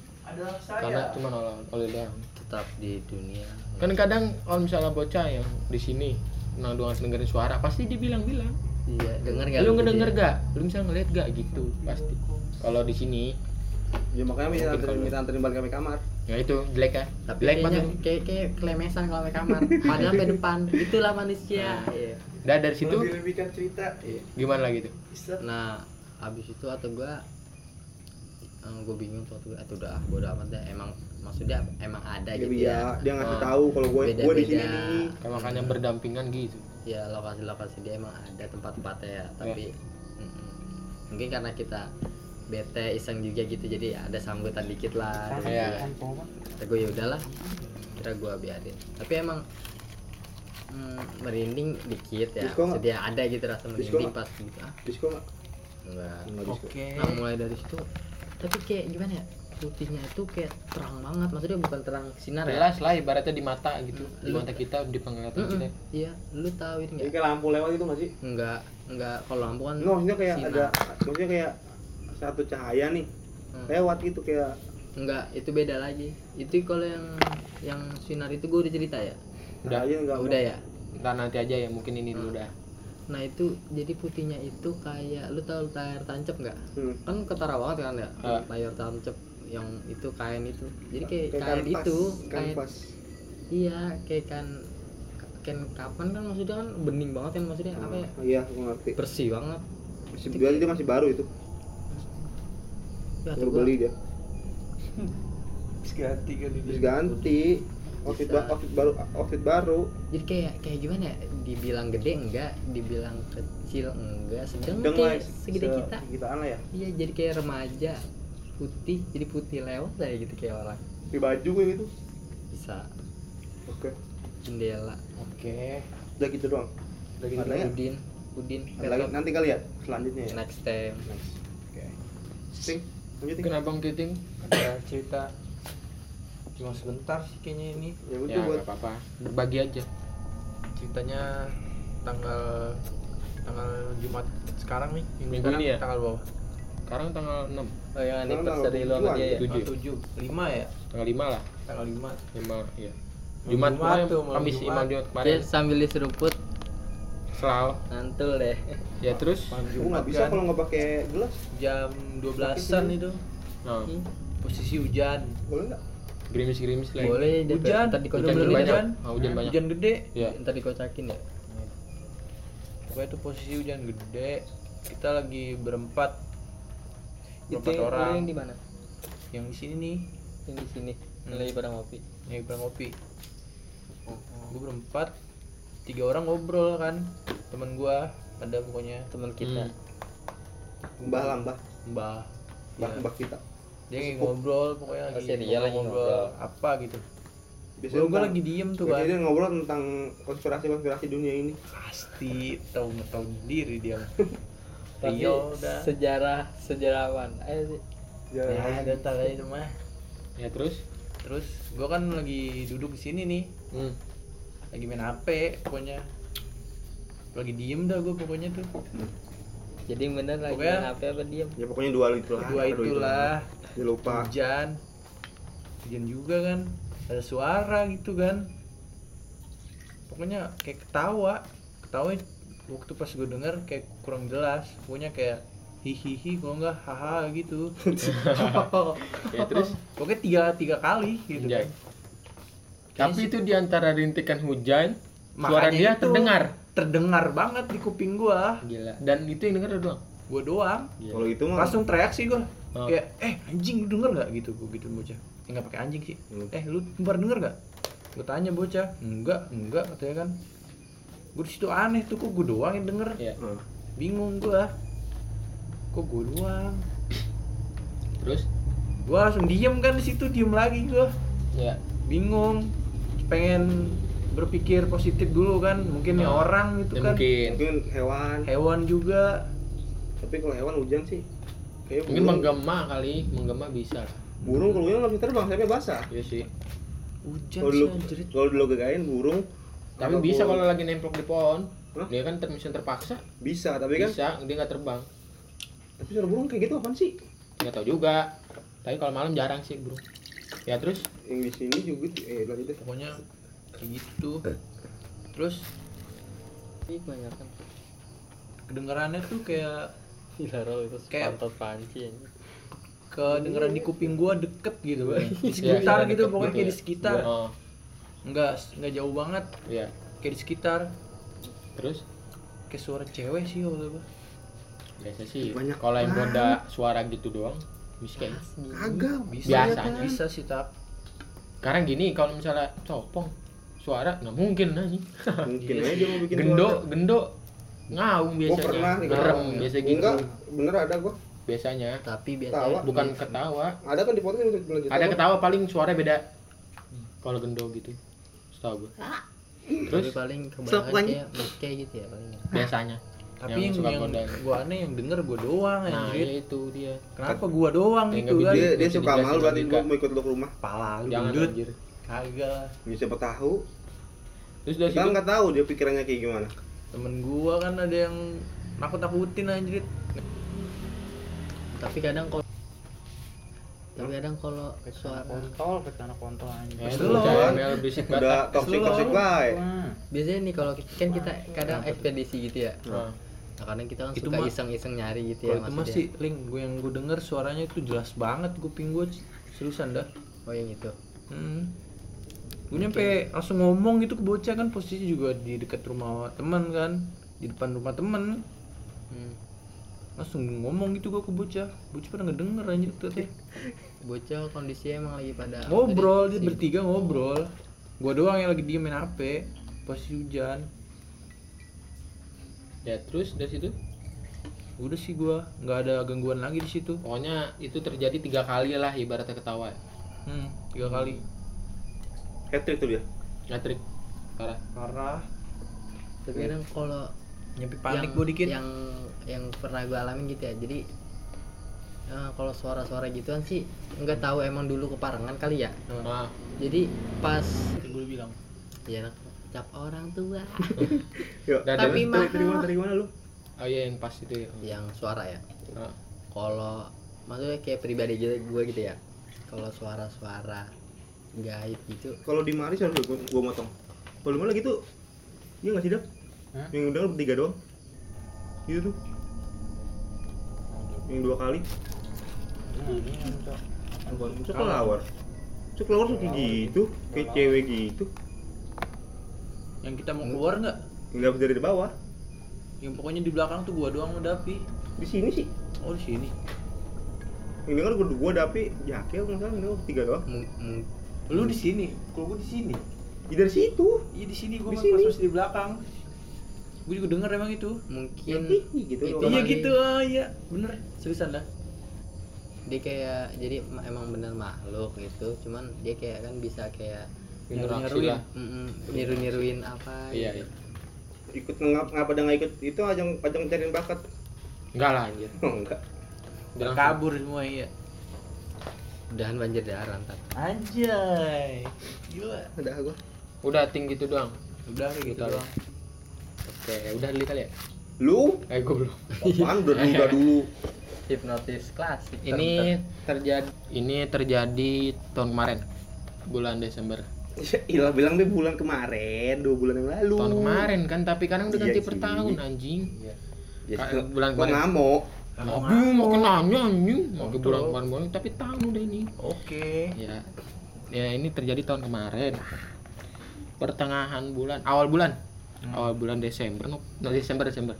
S1: karena cuma oleh oleh doang
S4: tetap di dunia
S1: kan kadang kalau misalnya bocah yang di sini nang doang dengerin suara pasti dibilang-bilang
S4: iya denger nggak
S1: lu
S4: gitu
S1: ngedenger
S4: ya?
S1: gak lu bisa ngeliat gak gitu pasti kalau di sini
S2: Ya makanya
S1: Mungkin
S2: minta anterin
S1: kalau-
S2: minta anterin balik ke kamar.
S1: ya itu jelek ya
S4: tapi
S1: jelek
S4: kayaknya
S1: banget
S4: kayak kayak kelemesan kalau ke kamar padahal sampai depan itulah manusia
S1: Nah.
S4: Iya.
S1: dah dari situ
S3: Lebih-lebihkan cerita. Iya.
S1: gimana gitu? lagi tuh
S4: nah abis itu atau gua gue bingung tuh atau atau udah ah, bodo amat deh emang maksudnya emang ada
S2: Dia
S4: gitu
S2: dia,
S4: ya
S2: Iya, dia ngasih
S1: Ah.
S2: tahu kalau gua gua di sini
S4: Beda-beda.
S2: nih.
S1: kalau makan yang berdampingan gitu
S4: ya lokasi lokasi dia emang ada tempat
S2: Iya.
S4: tempatnya ya tapi mm-mm. mungkin karena kita bete iseng juga gitu jadi ada sambutan dikit lah dari
S1: Iya.
S4: dia. kata gue ya udahlah kira gue biarin tapi emang mm, merinding dikit ya
S2: Diskon nggak?
S4: jadi ada gitu rasa merinding
S2: nggak?
S4: pas gitu ah
S2: Disko enggak?
S4: enggak
S2: Enggak disko.
S4: Nah mulai dari situ Tapi kayak gimana ya Putihnya itu kayak terang banget Maksudnya bukan terang sinar ya
S1: jelas lah ibaratnya di mata gitu di
S4: Lu-
S1: mata kita di penglihatan
S4: Mm-mm.
S1: kita
S4: Iya lu tahu itu
S2: Ini
S4: nggak?
S2: kayak lampu lewat itu enggak sih?
S4: Enggak Enggak kalau lampu kan
S2: Enggak, maksudnya kayak
S4: sinar.
S2: ada maksudnya kayak satu cahaya nih
S4: Hmm.
S2: lewat gitu kayak
S4: Enggak itu beda lagi Itu kalau yang yang sinar itu gue udah cerita ya
S1: Udah.
S2: cahaya enggak
S4: Udah ya
S1: ntar nanti aja ya mungkin ini dulu dah
S4: Nah itu jadi putihnya itu kayak Lu tahu layar tancep nggak?
S2: Hmm.
S4: Kan ketara banget kan ya
S1: Ah.
S4: Layar tancep yang itu kain itu jadi kayak,
S2: Kayak
S4: gitu, kain
S2: kanvas,
S4: itu kain
S2: kanvas.
S4: Iya, kayak kan kan kapan kan maksudnya kan bening banget kan maksudnya apa ya?
S2: Ah, Iya, gua ngerti.
S4: Bersih banget.
S2: Masih berarti dia masih baru itu.
S4: Ya,
S2: Baru
S4: tuh gua-
S2: beli dia.
S3: Terus ganti kali
S2: Terus
S3: dia.
S2: ganti outfit, ba- outfit baru outfit baru.
S4: Jadi kayak kayak gimana ya? Dibilang gede enggak, dibilang kecil enggak, sedang
S2: Sedang lah,
S4: kayak segede
S2: se-
S4: kita.
S2: Segitaan lah ya.
S4: Iya, jadi kayak remaja putih, jadi putih lewat aja gitu kayak orang.
S2: Di baju gue gitu.
S4: Bisa
S2: Oke.
S4: jendela.
S1: oke
S2: Udah gitu doang.
S1: Udah
S2: gitu doang.
S4: Udin, Udin.
S2: Ada lagi nanti kali ya selanjutnya ya.
S4: Next time.
S2: Next. Oke. Sing, lanjutin.
S1: mungkin abang kiting ada cerita
S5: Cuma sebentar sih kayaknya ini
S1: ya
S2: Ya udah buat
S1: nggak apa-apa berbagi aja
S5: ceritanya tanggal tanggal Jumat sekarang nih minggu,
S1: Minggu
S5: sekarang
S1: ini ya?
S5: tanggal bawah
S1: sekarang tanggal 6
S4: Oh ya,
S2: ini anniversary lu sama dia ya?
S1: Tujuh.
S5: tujuh lima ya
S1: tanggal 5 lah
S5: tanggal lima
S1: 5 ya
S5: Malam
S1: Jumat
S5: Jumat
S1: kemarin
S5: tuh, malam
S1: Kamis
S5: Jumat.
S4: Iya.
S1: Imam Jumat kemarin
S4: sambil diseruput
S1: Selau.
S4: Nantul deh.
S1: Ya terus.
S2: Gue nggak bisa kalau nggak pakai gelas.
S5: kan? Jam 12-an itu
S1: Oh,
S5: Hmm.
S4: Iya.
S5: posisi hujan.
S2: Boleh nggak?
S1: gerimis-gerimis lagi.
S4: Boleh deh.
S5: Hujan.
S1: Hujan
S4: Ntar dikocokin
S5: Boleh,
S1: banyak.
S5: hujan.
S1: Oh, hujan banyak.
S5: Hujan gede.
S1: Iya.
S4: Ntar dikocakin ya.
S5: Gue itu posisi hujan gede. Kita lagi berempat. Berempat
S4: Iya. Itu
S5: orang.
S4: yang di mana?
S5: Yang di sini nih
S4: Yang di sini.
S5: Hmm.
S4: Lagi pada ngopi.
S5: yang bilang ngopi gue berempat tiga orang ngobrol kan temen gue ada pokoknya
S4: Teman kita.
S1: Hmm.
S2: Mbah lah mbah,
S5: mbah
S2: mbah
S5: Iya.
S2: mbah kita.
S5: dia lagi ngobrol pokoknya
S4: Oh,
S5: lagi
S4: sih, dia lagi ngobrol.
S5: apa gitu
S2: Biasanya
S5: gue
S2: tentang-
S5: lagi diem tuh
S2: Biasanya
S5: kan
S2: dia ngobrol tentang konspirasi-konspirasi dunia ini.
S5: pasti tahu tahu sendiri
S2: <laughs>
S5: dia Rio
S4: Pasti
S5: udah
S4: Sejarah sejarawan. Ayo sih.
S5: ya
S2: Jangan.
S5: ada tahu aja rumah
S1: Ya terus.
S5: terus gue kan lagi duduk di sini nih
S1: Hmm.
S5: lagi main hp pokoknya lagi diem dah gue pokoknya tuh
S4: Jadi yang bener lagi
S5: Pokoknya-
S4: main HP apa diem?
S2: Ya pokoknya dua itulah.
S5: dua
S2: aduh,
S5: itulah
S2: Jangan lupa.
S5: hujan hujan juga kan ada suara gitu kan pokoknya kayak ketawa ketawa waktu pas gue denger kayak kurang jelas pokoknya kayak hihihi kalau enggak haha gitu
S1: Ya terus.
S5: pokoknya tiga tiga kali <laughs> gitu
S1: Anjay.
S5: kan.
S1: Tapi itu di antara rintikan hujan, suara
S5: Makanya
S1: dia
S5: itu
S1: terdengar.
S5: terdengar banget di kuping gua
S1: Gila. Dan itu yang denger lu doang.
S5: gua doang
S2: Kalau itu mah
S5: langsung teriak sih gua
S1: Hmm. Oh.
S5: kayak eh anjing lu denger nggak gitu gue gitu bocah eh, nggak pakai anjing sih
S2: Hmm.
S5: eh lu kembar denger nggak gue tanya bocah enggak enggak katanya kan gue di situ aneh tuh kok gue doang yang denger
S1: Iya.
S2: Nah,
S5: bingung gua kok gue doang
S1: Terus?
S5: gue langsung diem kan di situ diem lagi gua
S1: Ya.
S5: bingung pengen berpikir positif dulu kan mungkin ya
S1: Oh.
S5: orang
S1: Ya,
S5: gitu kan
S1: mungkin.
S2: mungkin hewan,
S5: hewan juga
S2: tapi kalau hewan hujan sih. Kayak
S1: Mungkin
S2: burung,
S1: menggema kali, menggema bisa lah.
S2: burung kalau hujan nggak bisa terbang, sampai basah.
S1: Iya sih.
S5: hujan
S1: Oh,
S2: Kalau
S5: sih
S2: dulu
S5: anjir
S2: kalau dulu gegain burung
S1: Tapi
S2: apa
S1: bisa
S2: burung?
S1: kalau lagi nemplok di pohon.
S2: Hah?
S1: Dia kan ter misalnya terpaksa.
S2: bisa, tapi kan
S1: Bisa, dia nggak terbang.
S2: tapi suara burung kayak gitu apaan sih?
S1: Nggak tahu juga. Tapi kalau malam jarang sih, Bro. Ya terus
S2: Yang di sini juga tuh, eh tadi deh.
S5: pokoknya kayak gitu
S1: Eh.
S5: terus
S4: Ih banyak kan.
S5: kedengarannya tuh kayak
S4: Gila Ro, itu
S5: Kayak-
S4: pantat panci. anjing.
S5: kedengeran di kuping gua deket gitu kan di
S1: Iya,
S5: sekitar
S1: iya,
S5: gitu
S1: deket
S5: pokoknya
S1: gitu
S5: kayak
S1: ya.
S5: di sekitar
S1: oh,
S5: nggak nggak jauh banget
S1: iya.
S5: kayak di sekitar
S1: Terus
S5: kayak suara cewek sih kalau gua
S1: biasa sih
S2: Banyak
S1: kalau yang goda suara gitu doang miskin.
S2: Hmm. Kagak.
S5: bisa
S1: Biasanya.
S5: bisa sih tap
S1: Sekarang gini kalau misalnya copong suara nggak mungkin anjing.
S2: Mungkin
S1: Iya.
S2: aja dia mau bikin
S1: <laughs> Gendo, gendo ngaung
S2: Gue
S1: biasanya.
S2: pernah nih
S1: Ngerem
S2: ketawa.
S1: biasa gitu.
S2: Enggak, bener ada gua.
S1: Biasanya
S4: Tapi
S2: Tawa.
S4: biasanya
S1: bukan
S2: Iya.
S1: ketawa.
S2: Ada kan di podcast yang bener
S1: Ada ketawa paling suara beda. Kalau gendo gitu. Setahu gue.
S4: Terus
S1: Terus
S4: paling
S2: Stop,
S4: kebanyakan
S2: lanjut.
S4: kayak kayak gitu ya paling.
S1: biasanya.
S5: tapi yang
S1: Yang suka
S5: yang,
S1: godain.
S5: gua aneh yang denger gua doang
S1: Nah,
S5: anjir
S1: iya itu dia.
S5: kenapa gua doang
S1: Ya,
S5: gitu
S1: nggak
S5: kan
S2: Dia dia
S1: Bisa
S2: suka
S1: dijelasin
S2: malu berarti
S1: logika.
S2: gua mau ikut lu ke rumah.
S5: pala lu
S1: Jangan
S5: gendut
S1: anjir.
S5: kagak lah
S2: Ya, Siapa tahu?
S1: Terus dari
S2: Kita
S1: situ Ya,
S2: nggak tahu dia pikirannya kayak gimana.
S5: temen gua kan ada yang nakut nakutin anjir
S4: Tapi kadang kalau tapi kadang kalau suara
S6: kontol ke tanah kontol anjing
S1: Ya,
S5: Terus
S1: itu
S5: lu lawan.
S1: Jamel berisik banget.
S2: Udah toxic
S5: Slow.
S2: toxic baik.
S6: Wah,
S4: biasanya nih kalau kan kita kadang ekspedisi gitu ya.
S1: Nah,
S4: Nah, kadang kita kan
S5: Itu
S4: suka
S5: mah-
S4: iseng-iseng nyari gitu ya
S1: Iya,
S5: kalau itu
S4: maksudnya.
S5: masih link gua yang gua denger suaranya itu jelas banget kuping gua seriusan dah
S4: Oh yang itu.
S5: Hmm. Gue nyampe langsung ngomong gitu ke bocah kan posisi juga di dekat rumah teman kan, di depan rumah teman.
S4: Hmm.
S5: Langsung ngomong gitu gua ke bocah. Bocah pada ngedenger anjir
S4: Iya.
S5: tuh.
S4: Bocah kondisinya emang lagi pada
S5: Ngobrol dia
S4: tadi sibuk.
S5: bertiga ngobrol. Gua doang yang lagi diem main HP, posisi hujan.
S1: ya terus dari situ
S5: Udah sih gua, nggak ada gangguan lagi di situ.
S1: pokoknya itu terjadi tiga kali lah ibaratnya ketawa.
S5: Hmm, tiga kali.
S2: Hat trick tuh dia.
S1: Ngatrik parah.
S5: Parah.
S4: Tapi kadang kalau
S5: Nyampe Iya. panik
S4: yang-
S5: gua dikit.
S4: Yang yang pernah gue alamin gitu ya. Jadi eh, kalau suara-suara gituan sih nggak tahu emang dulu keparangan kali ya.
S1: Nah,
S4: Jadi pas
S5: Gue bilang.
S4: ya cap orang tua <laughs>
S2: Yuk.
S1: Dan
S2: Dari- dari-
S4: Tapi mahal.
S2: dari mana dari mana lu?
S1: oh iya yang pas itu ya.
S4: yang suara ya.
S1: Nah,
S4: Kalau maksudnya kayak pribadi gue gitu ya. Kalau suara-suara gaib gitu
S2: Kalau di Mari harus gua, gua motong. Kalau di mana gitu? Iya nggak sih, Dap?
S6: Hah?
S2: yang udah lu bertiga doang gitu tuh yang dua kali bukan itu kelawar itu kelawar suka gitu kayak cewek gitu
S5: yang kita mau keluar nggak
S2: nggak bisa dari bawah
S5: yang pokoknya di belakang tuh gua doang udah pi
S2: di sini sih
S5: oh di sini
S2: yang denger gua gua dapi jakel nggak salah yang bertiga doang
S4: Mu- mu-
S5: lu di sini kalau gua di sini
S2: ya, dari situ
S5: iya di sini gua
S2: Di
S5: pas
S2: sini.
S5: pas di belakang gua juga denger emang itu
S4: mungkin
S2: Yang tinggi gitu
S4: itu
S2: doang.
S5: iya
S4: kali.
S5: gitu ah iya bener seriusan dah
S4: dia kayak jadi em- emang bener makhluk gitu cuman dia kayak kan bisa kayak
S1: Interaksi
S5: Nyeruin.
S1: lah.
S4: mm, niru-niruin apa
S1: Iya,
S4: gitu.
S1: iya.
S2: ikut ngap ngapa pada nggak ikut itu ajang ajang cariin bakat <laughs>
S1: Enggak lah anjir.
S2: oh, enggak
S1: Udah langsung.
S5: kabur semua iya
S4: mudahan banjir darah ntar
S5: anjay gila
S2: udah gua
S1: Udah ting gitu doang.
S5: udah kayak gitu
S1: Udah.
S5: doang
S1: Oke, udah dulu kali ya.
S2: lu
S1: Eh, gue belum.
S2: apaan udah duga dulu
S4: hipnotis klasik
S1: Ini terjadi ini terjadi tahun kemarin bulan Desember.
S2: Ya, ilah bilang deh bulan kemarin dua bulan yang lalu
S1: Tahun kemarin kan, tapi kadang udah
S2: Iya
S1: ganti
S2: sih.
S1: per tahun anjing.
S5: Iya.
S2: ya,
S1: Ka-
S2: sih,
S1: bulan
S2: gua
S1: kemarin.
S2: ngamuk
S1: Aduh, mau kenanya anjing. Mau ke
S5: Betul.
S1: bulan kemarin tapi tahun udah ini.
S5: oke
S1: Ya. Ya, ini terjadi tahun kemarin. Pertengahan bulan, awal bulan. Awal bulan Desember, no, no, Desember, Desember.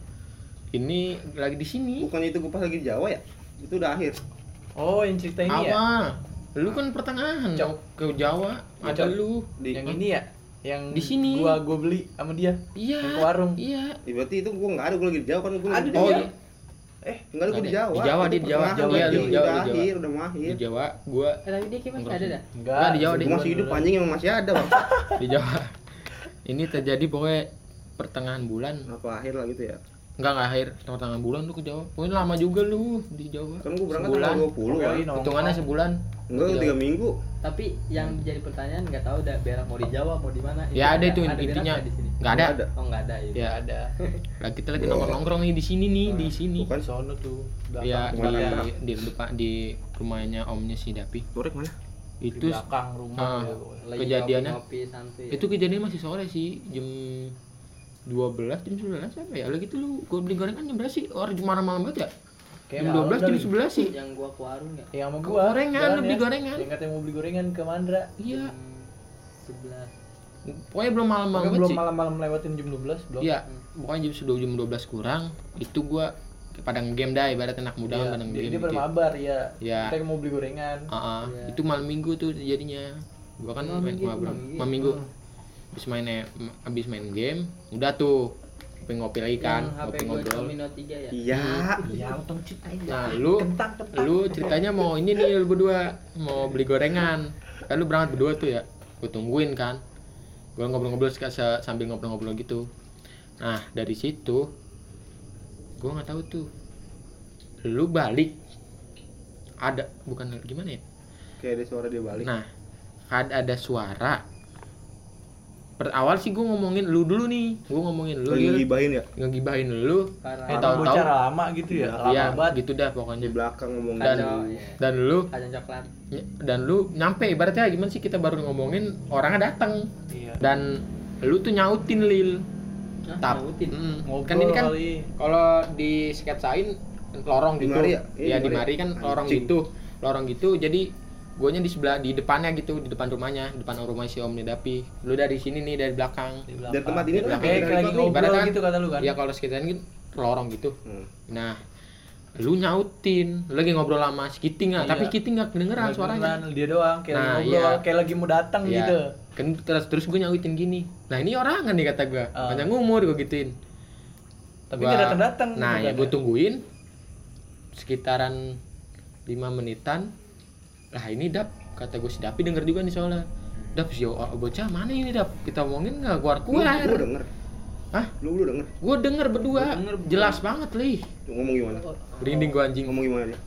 S1: Ini lagi di sini.
S2: bukannya itu gua pas lagi di Jawa ya itu udah akhir
S5: oh yang cerita ini ya
S1: Awal. Lu kan pertengahan
S5: Cok.
S1: ke Jawa, ada
S5: Cok.
S1: lu.
S2: di,
S5: yang ini ya yang
S1: Di sini.
S5: gua gua beli sama dia
S1: Iya.
S5: Yang ke warung.
S1: Iya.
S2: Ya, berarti itu gua nggak ada gua lagi di Jawa kan gua
S5: Ada
S2: lagi
S5: di
S1: Oh,
S5: Jawa.
S1: iya.
S5: eh
S2: Enggak ada gua di
S1: Ada.
S2: Jawa.
S1: Di Jawa,
S2: Itu
S1: di Jawa,
S2: pertengahan,
S5: Jawa,
S2: lagi
S5: Jawa,
S2: udah
S1: Jawa, Jawa.
S2: akhir, udah mau akhir.
S1: Di Jawa gua
S4: Eh, tapi dia kayak masih ada dah
S1: Nggak, di Jawa deh.
S2: Gua masih hidup anjing emang masih ada, Bang.
S1: di Jawa. Ini terjadi pokoknya pertengahan bulan.
S2: Apa akhir lah gitu ya.
S1: Enggak enggak akhir, pertengahan bulan lu ke Jawa. Pokoknya lama juga lu di Jawa.
S2: Kan gua berangkat
S1: Sebulan.
S2: tanggal 20 kan.
S1: Hitungannya sebulan.
S2: Enggak
S1: Iya.
S2: 3 minggu.
S4: tapi yang jadi pertanyaan nggak tahu dah berak mau di Jawa mau di mana
S1: Ya ada itu
S4: berak
S1: intinya.
S4: nggak Iya, di sini
S1: Enggak ada.
S2: Nggak ada.
S4: oh nggak ada ya
S1: Ya ada. Lah kita lagi nongkrong-nongkrong nih di sini nih, di sini.
S2: Bukan
S5: sono tuh
S1: Ya
S5: Iya,
S2: Bukan.
S1: di di depan di rumahnya omnya si Dapi.
S2: Torek mana?
S5: di
S1: Itu
S5: belakang rumah
S1: Ah.
S5: ya, pokoknya.
S4: Lagi
S1: Kejadiannya?
S4: ngopi, ngopi santuy ya.
S1: itu kejadian masih sore sih jam 12 jam 11 apa ya lagi tuh lu gue beli gorengan jam berapa sih orang cuma malam banget ya
S5: Kayak
S1: jam
S5: malu
S1: 12
S5: dah
S1: jam
S5: lu.
S1: 11 sih
S4: yang gua ke warung ya
S5: yang Iya, sama gua
S1: Gorengan,
S5: jalan
S1: beli
S5: ya.
S1: gorengan.
S5: yang katanya mau beli gorengan ke Mandra
S1: iya
S4: Jam sebelas
S1: pokoknya belum malam
S5: Pokoknya
S1: banget
S5: belum
S1: sih
S5: malam-malam lewatin jam 12 belum
S1: iya pokoknya jam sudah jam 12 kurang itu gua kayak pada game dah ibarat anak muda kan
S5: Iya,
S1: pada
S5: dia,
S1: game
S5: dia
S1: gitu
S5: pada mabar ya.
S1: Iya.
S5: Kita mau beli gorengan.
S1: Ah, ah.
S4: Iya.
S1: itu malam minggu tuh jadinya gua kan
S4: Malam
S1: main
S4: minggu,
S1: malam,
S4: malam minggu.
S1: malam minggu habis main eh, habis main game udah tuh ngopi ngopi lagi kan
S4: yang Iya, HP
S1: ngopi
S4: gua
S1: ngobrol
S4: Domino 3 ya
S2: Iya.
S1: Ah,
S5: Iya, untung cip aja.
S1: Nah, lu lu ceritanya mau ini nih lu berdua mau beli gorengan. Kan lu berangkat berdua tuh ya. Gue tungguin kan. Gue ngobrol-ngobrol sek- se- sambil ngobrol-ngobrol gitu. Nah, dari situ gue nggak tahu tuh. Lu balik ada bukan gimana ya?
S2: Kayak ada suara dia balik.
S1: Nah, ada ada suara. Perawal sih gue ngomongin lu dulu nih. Gue ngomongin lu,
S2: Lagi
S1: Lil.
S2: ngibahin ya
S1: ngegibahin lu.
S4: parah
S5: Eh,
S1: Tahu-tahu.
S5: tahu bocah lama gitu ya. Lama
S1: Ya,
S5: banget.
S1: gitu dah
S2: di
S1: pokoknya.
S2: belakang ngomong gitu.
S1: Dan
S4: Kacau, iya.
S1: dan lu
S4: kacang coklat
S1: Ya, dan lu nyampe ibaratnya gimana sih kita baru ngomongin orangnya datang
S5: Iya.
S1: dan lu tuh nyautin lil
S4: Hah,
S1: Tap.
S4: nyautin
S1: Mm.
S5: Ngobrol
S1: kan ini kan
S5: kali.
S1: kalau di sketsain lorong
S2: Di
S1: gitu
S2: mari ya? Iya,
S1: ya
S2: di
S1: di
S2: mari.
S1: mari kan lorong
S2: Anjing.
S1: gitu lorong gitu jadi guanya di sebelah di depannya gitu di depan rumahnya di depan rumah si om Nidapi lu dari sini nih dari belakang
S5: Di belakang.
S2: Dari tempat ini tuh
S1: Belakang.
S5: Kayak
S2: dari
S5: lagi
S2: belakang.
S1: ngomong.
S5: ngobrol
S1: Ibarat kan-
S5: gitu kata lu kan.
S1: ya kalau sketsain gitu lorong gitu
S2: Hmm.
S1: nah lu nyautin lu lagi ngobrol sama si Kiting nggak?
S5: Iya.
S1: tapi Kiting nggak kedengeran
S5: Nggak
S1: suaranya
S5: beneran, dia doang kayak lagi
S1: Nah,
S5: ngobrol,
S1: iya.
S5: kayak lagi mau datang
S1: Iya.
S5: gitu.
S1: kan terus terus gue nyautin gini nah ini orangan nih kata gue
S5: Ah.
S1: panjang umur gue gituin
S5: Tapi
S1: Gua-
S5: nggak datang-datang
S1: nah
S5: gitu
S1: ya
S5: kan
S1: gue
S5: ya.
S1: tungguin sekitaran 5 menitan lah ini dap kata gue si Dapi denger juga nih soalnya Dap si o- bocah mana ini Dap? Kita omongin nggak keluar
S2: Lu, lu
S1: keluar.
S2: denger.
S1: Hah?
S2: Lu lu denger.
S1: Gue denger berdua,
S4: Gua denger berdua.
S1: jelas banget lih.
S2: Lu Ngomong gimana?
S4: Oh,
S1: Merinding gue anjing.
S2: Ngomong gimana dia?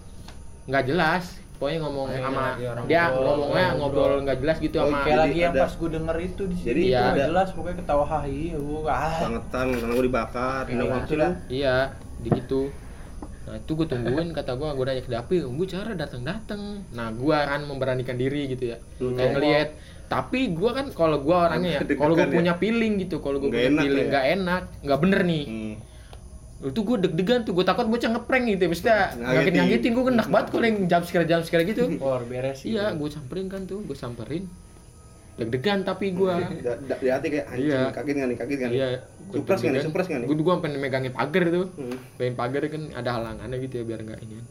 S1: Nggak jelas. Pokoknya ngomong
S5: Pokoknya
S1: sama
S5: lagi orang
S1: dia
S5: ngobrol,
S1: ngomongnya
S5: ngobrol.
S1: ngobrol nggak jelas gitu
S2: Oh,
S1: sama.
S5: Kayak
S2: Jadi
S5: lagi yang
S2: ada-
S5: pas gue denger itu di sini.
S2: Jadi
S1: Iya.
S5: itu nggak
S2: ada-
S5: jelas pokoknya ketawa hahi, gua ah.
S2: Bangetan, karena gua dibakar, minum
S5: Iya,
S2: waktu
S5: lah.
S2: lu.
S1: Iya, di gitu. Nah itu gue tungguin kata gue gue nanya ke dapil, gue cara datang datang. Nah gue kan memberanikan diri gitu ya.
S2: Hmm.
S1: Kayak ngelihat. Tapi gue kan kalau gue orangnya ya, kalau gue
S2: Iya. Deg-degan ya?
S1: punya feeling gitu, kalau gue
S2: Nggak
S1: punya
S2: enak
S1: feeling
S2: ya?
S1: nggak enak, nggak bener nih.
S2: Hmm.
S1: Itu gue deg-degan tuh, gue takut bocah ngeprank gitu, mestinya
S2: Ngagetin.
S1: ngagetin ngagetin gue kena banget kalau yang jump scare jump scare
S2: <laughs>
S1: gitu.
S5: War beres sih.
S1: Iya, gue samperin kan tuh, gue samperin. Deg-degan tapi gue.
S2: Da- da- Di hati kayak anjing
S1: Iya.
S2: kaget nggak nih kaget nggak nih.
S1: Iya.
S2: Supres nggak nih, supres nggak nih?
S1: Gue gue sampai megangin pagar tuh.
S2: Hmm.
S1: Megangin pagar kan ada halangannya gitu ya biar nggak ini.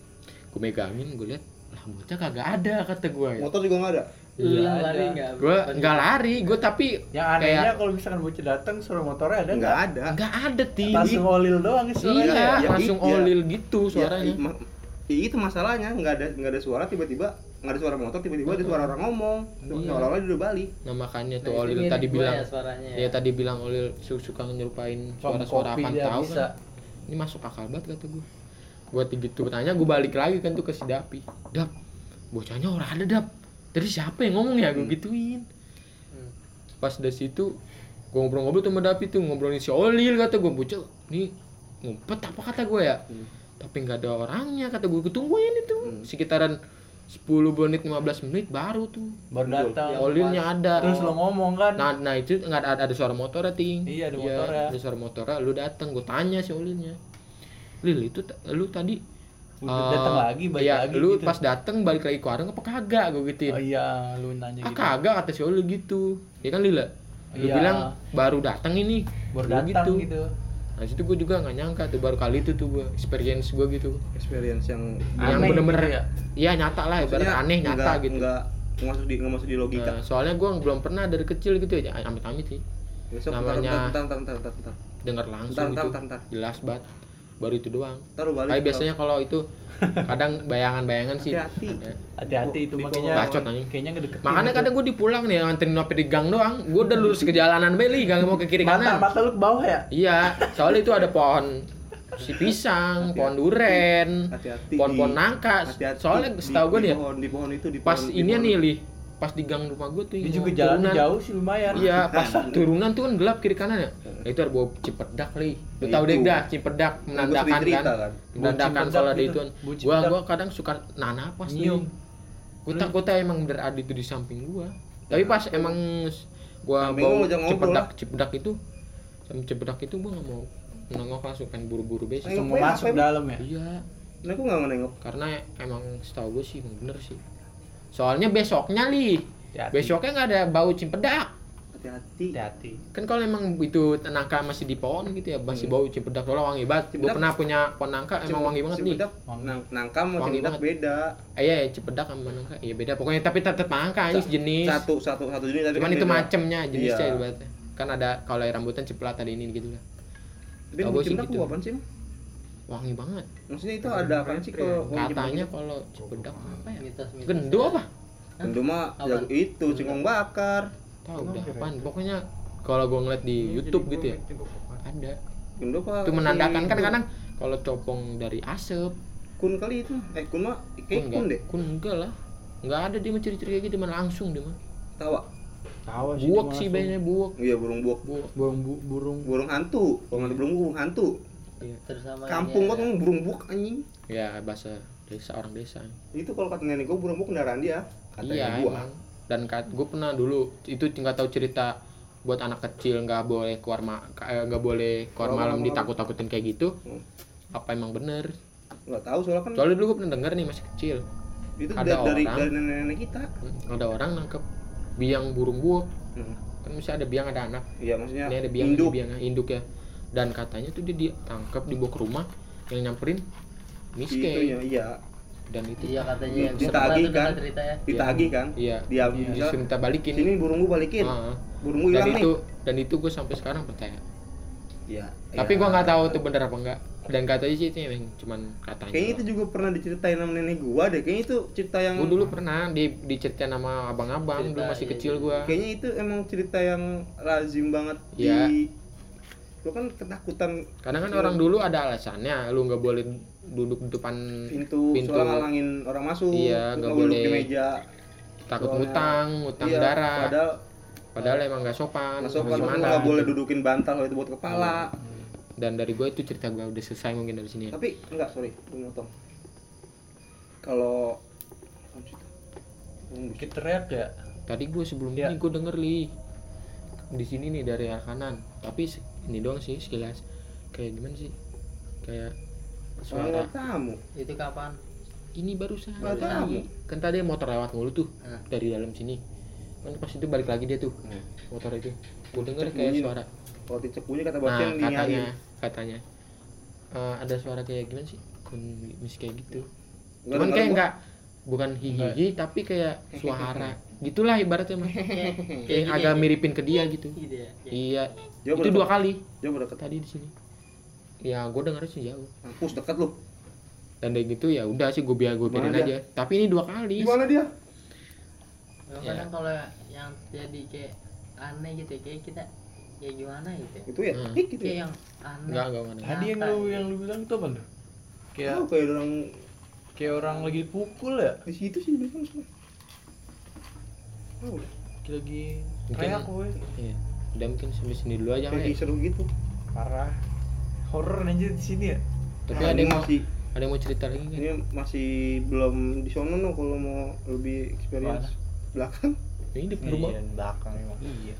S1: Gue megangin, gue lihat lah bocah kagak ada kata gue ya.
S2: Motor juga nggak ada.
S3: Iya, lari nggak?
S1: Gue nggak lari, gue tapi
S5: Yang
S1: kayak
S5: anehnya kalau misalkan bocah datang suara motornya ada
S2: Nggak
S5: nggak?
S2: ada.
S1: nggak ada ti.
S5: Langsung olil doang sih suaranya.
S1: Iya,
S2: Ya,
S1: langsung
S2: iya.
S1: olil gitu
S2: Ya, i-
S1: suaranya.
S2: ma- i- itu masalahnya nggak ada nggak ada suara tiba-tiba nggak ada suara motor tiba-tiba ada suara orang ngomong.
S1: Iya.
S2: Seolah-olah dia udah balik.
S1: Nah makanya tuh
S3: Nah, itu
S1: olil
S3: mirip
S1: tadi
S3: gua
S1: bilang. Iya,
S3: ya suaranya
S1: Dia tadi bilang olil su- suka nyerupain
S5: Suara
S1: suara-suara
S5: Iya, kopi
S1: apaan
S5: dia
S1: tahu
S5: bisa.
S1: kan. Ini masuk akal banget kata gue. Gue gitu tanya, gue balik lagi kan tuh ke si Dapi. Dap, bocahnya orang ada Dap. Tadi siapa yang ngomong ya? Gue
S5: Hmm.
S1: gituin. Pas dari situ, gue ngobrol-ngobrol tuh sama Dapi tuh ngobrolin si Olil kata gue bocah. Nih ngumpet apa kata gue ya?
S5: Hmm.
S1: Tapi nggak ada orangnya kata gue ketungguin itu sekitaran 10 menit 15 menit baru Iya. tuh.
S5: Baru datang.
S1: Olilnya ada.
S5: Ya, Terus lo ngomong kan.
S1: Nah, nah itu nggak ada, ada suara motor ya, Ting.
S5: Iya, ada motornya.
S1: Ada suara motornya, lu datang, gue tanya si Ulinnya. Lil, itu ta- lu tadi
S5: Udah
S1: eh,
S5: datang lagi, balik
S1: iya,
S5: lagi
S1: Lu
S5: gitu.
S1: pas datang balik lagi ke warung apa kagak gue gituin.
S5: Oh iya, lu nanya
S1: ah
S5: gitu.
S1: kagak kata si Ulin gitu. Ya kan Lila? Lu
S5: Iya.
S1: bilang baru datang ini.
S5: Baru
S1: Lu
S5: datang gitu.
S1: Nah, situ gue juga nggak nyangka tuh baru kali itu tuh gue experience gue gitu.
S2: Experience yang
S1: yang
S5: Aneh
S1: bener-bener
S5: gitu ya?
S1: Iya, nyata lah, ibarat
S2: Maksudnya
S1: aneh nyata
S2: nggak-
S1: gitu.
S2: nggak nggak masuk di nggak masuk di logika.
S1: Nah, soalnya gue belum pernah dari kecil gitu ya, amit-amit sih.
S2: Besok
S1: namanya-
S2: namanya bentar bentar bentar bentar bentar.
S1: dengar langsung
S2: Bentar,
S1: gitu
S2: bentar, bentar.
S1: jelas banget baru itu doang
S2: Ntar lu balik. Ya.
S1: tapi biasanya kalau
S2: <laughs>
S1: itu kadang bayangan-bayangan sih
S2: Hati-hati.
S1: Ada. ya.
S5: Hati-hati itu
S2: Di
S5: makanya.
S1: bacot anjing.
S5: Kayaknya gitu. ngedeketin.
S1: makanya kan kadang gue dipulang nih nganterin nopi di gang doang gue udah lurus ke jalanan Beli gak mau ke kiri
S5: mata
S1: kanan
S5: mata lu ke bawah ya?
S1: iya soalnya itu ada pohon si pisang pohon duren
S2: hati-hati.
S1: pohon-pohon
S2: di-
S1: nangka
S2: hati-hati.
S1: soalnya
S2: Di-
S1: setahu gue
S2: di
S1: nih ya,
S2: pohon di pohon itu di
S1: pas
S2: pohon- di
S1: ini
S2: pohon.
S1: nih li pas di gang rumah gue tuh
S5: Dia
S1: yang
S5: juga jalannya
S1: turunan.
S5: jauh sih lumayan.
S1: Iya,
S2: <laughs>
S1: pas turunan tuh kan gelap kiri kanan ya. Nah, itu ada bawa cipedak li. Lu tahu deh
S2: Nah, Itu. Nah,
S1: dah cipedak menandakan
S2: cerita
S1: kan.
S2: kan.
S1: Menandakan
S5: Bau
S1: kalau ada
S5: cipedak
S1: itu.
S5: gitu. Bau
S1: Gua
S5: cipedak.
S1: gua kadang suka nah napas nyium.
S5: Nyium.
S1: Gua tak gua tak emang berada itu di samping gua. Tapi pas emang s- gua
S2: Samping lu
S1: bau
S2: ngajak ngobrol
S1: cipedak cipedak itu sama cipedak itu gua nggak mau nengok langsung kan buru-buru besok.
S5: Langsung mau
S2: Ngapain,
S5: masuk
S2: ngapain?
S5: dalam ya.
S1: Iya,
S2: Nah, aku nggak mau nengok.
S1: karena emang setahu gua sih emang bener sih. Soalnya besoknya li,
S5: Hati-hati.
S1: besoknya nggak ada bau cipedak.
S2: Hati-hati.
S5: Hati-hati.
S1: kan kalau emang itu nangka masih di pohon gitu ya masih bau cipedak doang wangi banget gue
S2: Cipedak-
S1: pernah punya pohon nangka emang wangi banget nih
S2: Cipedak,
S5: Wangi.
S2: nang- nangka sama
S1: Wangi
S2: cipedak
S1: banget.
S2: beda.
S1: Eh, iya ya cipedak sama nangka iya beda pokoknya tapi tetap nangka ini sejenis
S2: Satu satu satu jenis tapi
S1: cuman
S2: kan
S1: itu
S2: beda.
S1: macemnya jenisnya
S2: Iya.
S1: ibaratnya. kan ada kalau yang rambutan ciplat ada ini gitu lah
S2: Tapi
S1: Tau gua
S2: bau
S1: sih
S2: cipedak
S1: gitu.
S2: lu apaan sih? Mang?
S1: wangi banget
S2: Maksudnya itu ada apa sih kalau wangi Iya. cipedak
S1: katanya
S2: gitu?
S1: kalau cipedak apa ya
S3: Mitos-mitos.
S1: gendo apa
S2: Tentu mah
S3: Apa?
S2: jago itu singkong ya gitu, bakar.
S1: tahu udah apaan pokoknya kalau gue ngeliat
S2: Iya,
S1: di YouTube gitu ya ada
S2: Gendo apa?
S1: itu menandakan kan
S2: Itu
S1: kadang kalau copong dari asap
S2: kun kali itu. Eh kun mah kayak kun deh.
S1: kun enggak lah enggak ada dia mah ciri-ciri kayak gitu dia mah langsung dia mah
S2: Tawa. Oh,
S6: Tawa sih.
S1: buak
S6: dia
S1: sih
S6: langsung.
S1: biasanya buak
S2: Iya burung buak.
S1: buak
S6: Burung bu- burung.
S2: Burung hantu. Burung hantu burung burung hantu.
S3: Terus sama
S4: ya.
S2: Kampung
S3: ini
S2: banget
S3: ada-
S2: ngomong burung buak anjing.
S1: ya bahasa desa orang desa
S2: Itu kalau kata nenek gua burung buak kendaraan dia. Katanya
S1: iya
S2: gua.
S1: emang dan kat gue pernah dulu itu nggak tahu cerita buat anak kecil nggak boleh keluar ma ka- eh, nggak boleh keluar
S2: Kalau
S1: malam
S2: malam-malam.
S1: ditakut-takutin kayak gitu
S2: Hmm.
S1: apa emang bener
S2: Enggak tahu soalnya kan
S1: soalnya dulu gue pernah denger nih masih kecil
S2: itu
S1: ada
S2: da- dari
S1: orang.
S2: dari nenek-nenek kita.
S1: Hmm, ada orang nangkep biang burung buak
S2: Hmm.
S1: kan misalnya ada biang ada anak
S2: Iya maksudnya
S1: ini ada biang ini
S2: induk.
S1: biang induk ya dan katanya tuh dia ditangkap dibawa ke rumah yang nyamperin
S2: Itu
S1: miskin
S2: ya iya.
S1: dan itu
S3: Iya katanya
S4: ya.
S3: yang
S2: Ditagih
S3: sebelah
S2: kan?
S3: tuh cerita ya.
S2: Ditagih kan?
S1: iya
S2: Dia
S1: disuruh
S2: misalnya
S1: minta balikin
S2: ya. sini burung gua balikin.
S1: Ah.
S2: Burung gua
S1: dan
S2: hilang
S1: itu
S2: nih.
S1: dan itu gue sampai sekarang percaya
S2: Iya.
S1: tapi
S2: iya.
S1: gue nggak tahu itu bener apa enggak dan katanya sih itu yang cuman katanya
S2: Kayaknya itu juga pernah diceritain sama nenek gua deh. Kayaknya itu cerita yang
S1: gue dulu pernah di diceritain sama abang-abang dulu
S3: Cerita,
S1: masih
S3: iya,
S1: kecil
S3: iya.
S1: gue
S2: kayaknya itu emang cerita yang lazim banget
S1: Iya.
S2: di lu kan ketakutan
S1: kadang kan orang dulu ada alasannya lu nggak boleh duduk di depan
S2: pintu,
S1: Pintu.
S2: soalnya ngalangin orang masuk
S1: Iya,
S2: lu
S1: nggak
S2: duduk di
S1: boleh.
S2: meja
S1: takut
S2: Soalnya-
S1: ngutang ngutang
S2: Iya,
S1: darah padahal,
S2: padahal
S1: emang nggak sopan
S2: masuk kan lu
S1: gimana gitu. Hmm,
S2: nggak boleh dudukin bantal itu buat kepala
S1: dan dari gue itu cerita gue udah selesai mungkin dari sini ya.
S2: tapi enggak sorry gue motong kalau Hmm,
S5: Kita teriak ya?
S1: tadi gue sebelum
S5: Ya.
S1: ini gue denger li di sini nih dari arah kanan tapi se- ini doang sih sekilas kayak gimana sih kayak
S2: soalnya
S1: suara
S2: kamu
S4: itu
S1: <laughs>
S4: kapan
S1: ini barusan
S2: Nggak tahu.
S1: lagi kan tadi motor lewat mulu tuh
S4: Ah.
S1: dari dalam sini kan pas itu balik lagi dia tuh
S2: Hmm.
S1: motor itu gue denger
S2: Cek
S1: kayak
S2: bunyi.
S1: suara
S2: kalau dicek bunyi kata
S1: nah
S2: bacaan
S1: katanya
S2: dinyanyiin
S1: katanya eh, ada suara kayak gimana sih kumis kayak gitu
S2: Nggak
S1: cuman
S2: dengar
S1: kayak
S2: gua.
S1: enggak bukan hihihi tapi kayak suara gitulah ibaratnya mah kayak Eh,
S4: ya.
S1: agak miripin ke dia gitu
S4: gitu ya
S1: iya
S2: Dia
S1: itu
S2: berdekat.
S1: dua kali Iya.
S2: jauh udah kata
S1: tadi di sini ya gue dengar sih jauh
S2: kampus dekat lu
S1: dan dari gitu ya udah sih gue biar gue
S2: Gimana
S1: biarin
S2: dia?
S1: aja tapi ini dua kali
S2: gimana dia
S4: Memang
S1: Ya.
S4: kadang kan kalau yang jadi kayak aneh gitu ya, kayak kita ya gimana gitu ya.
S2: itu ya
S1: Hmm.
S2: tik gitu
S4: Kayak
S2: ya
S4: yang aneh.
S1: enggak enggak enggak
S5: Tadi yang
S1: ya.
S5: lu yang lu bilang itu apa tuh? Kayak
S2: Iya. Tahu kayak orang
S5: kayak orang lagi dipukul ya?
S2: di situ sih biasanya suka Tahu,
S1: Iya,
S5: Kayak lagi
S1: Mungkin-
S5: teriak gue.
S1: Iya. udah mungkin sampai sini dulu aja kali
S2: kayak
S1: ya.
S2: seru gitu
S5: Parah. Horor anjir di sini ya.
S1: tapi
S2: Nah,
S1: ada
S2: ini
S1: yang mau Iya.
S2: masih
S1: ada yang mau cerita lagi nggak?
S2: ini masih belum di sono no kalau mau lebih experience belakang
S1: ini di rumah
S5: Iya, belakang emang. Iya.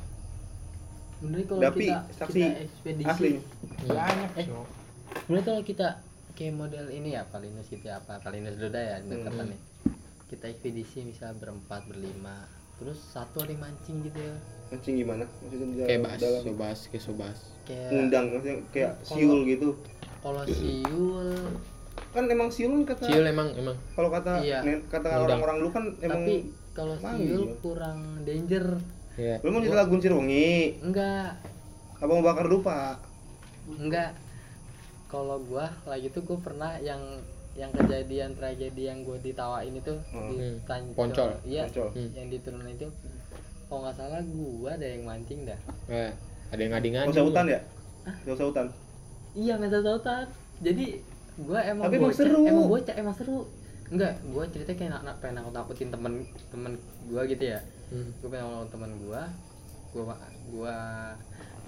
S4: Sebenarnya kalau
S2: Dapi,
S4: kita
S2: saksi
S4: kita ekspedisi.
S2: asli
S5: Banyak,
S4: Eh.
S5: Cok.
S4: Sebenarnya kalau kita kayak model ini ya Kalinus gitu ya, apa Kalinus Doda ya
S2: Hmm.
S4: pendekatan nih. Kita ekspedisi misal berempat, berlima, terus satu ada yang mancing gitu ya.
S2: mancing gimana maksudnya di
S1: kayak
S2: dalam,
S1: bahas
S2: dalam
S1: sobas kayak sobas
S4: Kayak
S2: ngundang maksudnya kayak
S4: Kalau-
S2: siul gitu
S4: kalau siul
S2: kan emang siul kan kata
S1: Ciel emang emang
S2: kalau kata
S4: Iya.
S2: nen- kata
S1: Ngundang.
S2: orang-orang dulu kan emang ya?
S4: tapi kalau
S2: manggil.
S4: siul kurang danger.
S1: ya
S2: lu mau cerita guncir wengi
S4: Enggak,
S2: apa mau bakar dupa
S4: enggak kalau gua lagi tuh gua pernah yang yang kejadian tragedi yang gua ditawain itu
S2: Hmm.
S4: di Tan-
S1: Poncol.
S4: iya
S2: Poncol.
S1: Hmm.
S4: yang diturunin itu kalau nggak salah gua ada yang mancing dah
S1: Eh, ada yang ngading
S2: Gak usah hutan ya Gak usah hutan
S4: iya nggak tahu tautan jadi gua emang
S2: Tapi emang
S4: bocah-
S2: seru.
S4: emang bocah emang seru enggak gua cerita kayak nak, nak pengen aku takutin temen temen gua gitu ya
S1: Hmm.
S4: gue pengen ngomong teman gue gue gue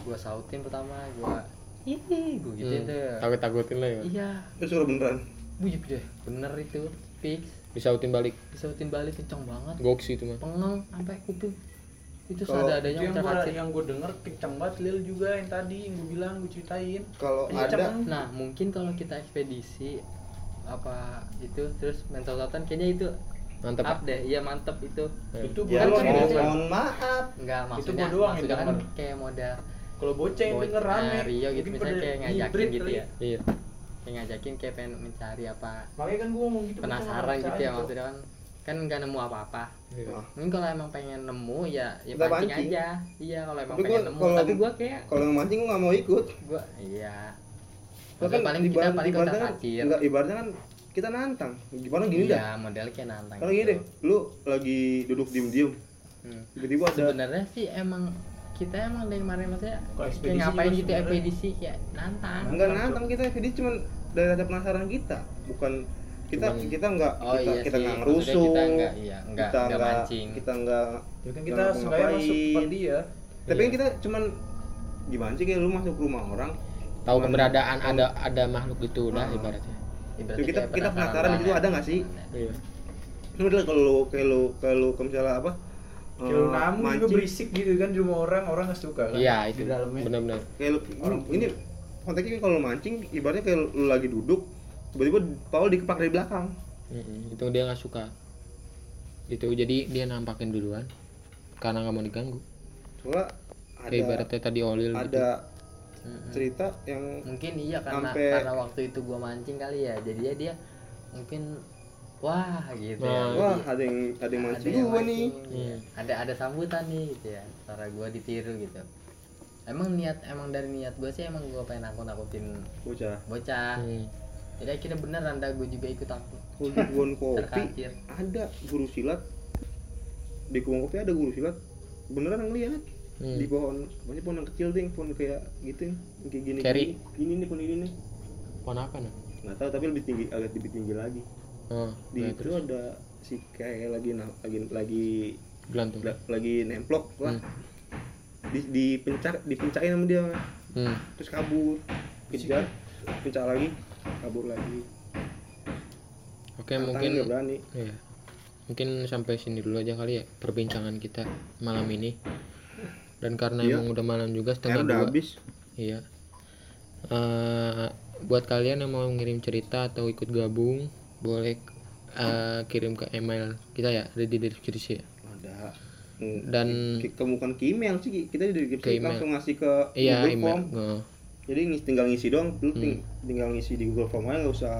S4: gue sautin pertama gue ih gue gituin tuh
S1: takut takutin lah ya
S4: iya
S2: Terus suruh beneran
S4: Wujud deh, bener itu, fix.
S1: disautin balik
S4: Disautin balik kenceng banget,
S1: goks itu mah
S4: pengeng sampai kuping. Itu
S2: Kalau-
S5: Itu
S4: ada adanya
S5: yang
S4: pecah
S5: gua
S4: kacir.
S5: yang gua denger kencang banget Lil juga yang tadi yang gua bilang gua ceritain.
S2: Kalau
S5: Kencang
S2: ada
S5: banget.
S4: Nah mungkin kalau kita ekspedisi apa itu terus mental satan kayaknya itu
S1: mantap
S4: up deh, iya mantep itu.
S1: Eh.
S5: Itu
S2: Ya
S5: gua
S2: lo
S4: Bukan
S5: doang yang
S4: mau-
S5: denger.
S2: mohon maaf
S4: Enggak maksudnya,
S5: gua doang yang
S4: maksudnya kan
S5: denger.
S4: kayak model
S5: Kalau bocah yang
S4: Bo-
S5: denger rame.
S4: eh, Rio gitu
S5: Mungkin
S4: misalnya
S5: pada
S4: kayak ngajakin
S5: hibrid
S4: gitu
S5: kali.
S4: ya,
S1: iya
S4: kayak ngajakin kayak pengen mencari apa
S5: Makanya kan gua ngomong gitu. gua
S4: penasaran
S5: cuma
S4: gitu ya
S5: cari, Cok.
S4: maksudnya kan kan nggak nemu apa-apa
S1: Iya.
S2: Nah,
S4: mungkin kalau emang pengen nemu ya ya
S2: Kita
S4: pancing,
S2: pancing.
S4: aja iya kalau emang
S2: Tapi gua-
S4: pengen nemu
S2: kalau-
S4: tapi gua kayak
S2: Kalau yang mancing gue gak mau ikut
S4: gua iya
S2: Lo
S4: Maksudnya paling kita
S2: ibarat-
S4: paling kita
S2: ibaratnya kan
S4: kacir
S2: Enggak ibaratnya kan kita nantang Gimana gini dah
S4: iya model kayak nantang
S2: Kalau gini deh Lu lagi duduk diem-diem
S4: Hmm.
S2: Tiba-tiba ada
S4: sebenarnya sih emang kita emang dari kemarin maksudnya
S5: Kalau
S4: kayak
S5: ekspedisi
S4: ngapain
S5: juga
S4: gitu
S5: sebenarnya.
S4: ekspedisi kayak nantang
S2: Enggak nantang kita Jadi cuman dari rasa penasaran kita Bukan kita
S1: Cuman-
S2: kita enggak
S4: oh
S2: kita kita
S4: iya sih
S2: nggak
S4: maksudnya
S2: ngerusuh
S4: kita nggak iya nggak
S2: kita
S4: nggak
S2: nggak
S4: mancing
S2: kita nggak
S5: Ya kan kita
S2: Nggak
S5: sengaja masuk
S2: ngapain.
S5: depan dia.
S2: tapi
S1: Iya.
S2: kan kita cuman gimana sih kayak lu masuk rumah orang
S1: tahu
S2: Cuman-
S1: keberadaan ada ada makhluk itu udah
S2: Ah.
S1: ibaratnya
S4: Ibaratnya
S2: kita-
S4: kayak
S2: kita penasaran di situ
S4: banget.
S2: ada nggak sih?
S1: iya
S2: ini udah kalau lu- kayak lu kayak lu kayak misalnya apa
S5: Kalau
S2: eh,
S5: namu juga
S2: mancing
S5: berisik gitu kan di rumah orang, orang nggak suka kan.
S1: iya itu
S5: Di dalamnya.
S1: benar-benar
S2: kayak lu ini konteksnya kan kalau lu mancing ibaratnya kayak lu lagi duduk tiba-tiba Paul dikepak dari belakang
S1: Mm-mm, itu dia nggak suka gitu jadi dia nampakin duluan karena nggak mau diganggu
S2: soalnya
S1: kayak
S2: ada
S1: ibaratnya tadi olil gitu
S2: ada
S4: Mm-mm.
S2: cerita yang
S4: mungkin iya karena
S2: Sampai-
S4: karena waktu itu gua mancing kali ya jadinya dia mungkin wah gitu ya
S1: Nah,
S2: wah
S4: Jadi,
S2: ada yang ada yang mancing
S4: yang
S2: gua nih
S4: iya. ada ada sambutan nih gitu ya cara gua ditiru gitu emang niat emang dari niat gua sih emang gua pengen aku nakutin
S2: bocah
S4: bocah
S1: Hmm.
S4: jadi akhirnya bener anda gua juga ikut aku
S2: kalau di kebun kopi
S4: terkacir
S2: ada guru silat di kebun kopi ada guru silat beneran ngeliat
S1: Hmm.
S2: di pohon pokoknya pohon yang kecil ding pohon kayak gitu yang kayak gini
S1: Ceri.
S2: gini ini nih pohon ini nih
S1: pohon apa nah
S2: nggak tahu tapi lebih tinggi agak lebih tinggi lagi
S1: oh,
S2: di
S1: nah,
S2: itu ada si kayak lagi na- lagi lagi
S1: gelantung
S2: la- lagi nemplok lah
S1: Hmm.
S2: di di pencak dipencakin sama dia
S1: hmm.
S2: terus kabur kejar pecah lagi kabur lagi
S1: Oke
S2: Tantang
S1: mungkin
S2: nggak berani
S1: Iya. Mungkin sampai sini dulu aja kali ya perbincangan kita malam ini. Dan karena
S2: Iya.
S1: emang udah malam juga
S2: air
S1: setengah
S2: udah
S1: dua.
S2: habis
S1: Iya. Eh, buat kalian yang mau ngirim cerita atau ikut gabung, boleh eh, kirim ke email kita ya, ada di deskripsi ya.
S2: ada Hmm.
S1: Dan
S2: Ki- ketemukan ke email sih Ki. kita dari
S1: Ke email.
S2: langsung ngasih ke
S1: iya
S2: Google Form
S1: email. Heeh. Hmm.
S2: jadi ngis- tinggal ngisi doang lu ting- tinggal ngisi di Google Form aja nggak usah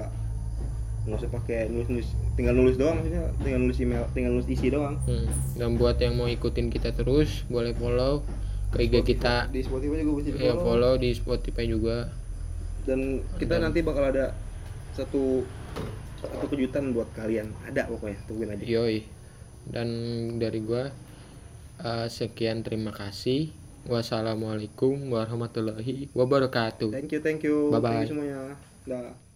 S2: nggak usah pakai nulis nulis tinggal nulis doang maksudnya tinggal nulis email tinggal nulis isi doang
S1: Hmm. Dan buat yang mau ikutin kita terus, boleh follow ke IG kita.
S2: di Spotify juga bisa
S1: Ya follow di Spotify juga.
S2: dan kita
S1: Dan-
S2: nanti bakal ada satu satu kejutan buat kalian ada pokoknya tungguin aja
S1: Yoi. Dan dari gua eh, sekian terima kasih. Wassalamualaikum warahmatullahi wabarakatuh.
S2: thank you thank you
S1: Bye-bye.
S2: thank you semuanya dah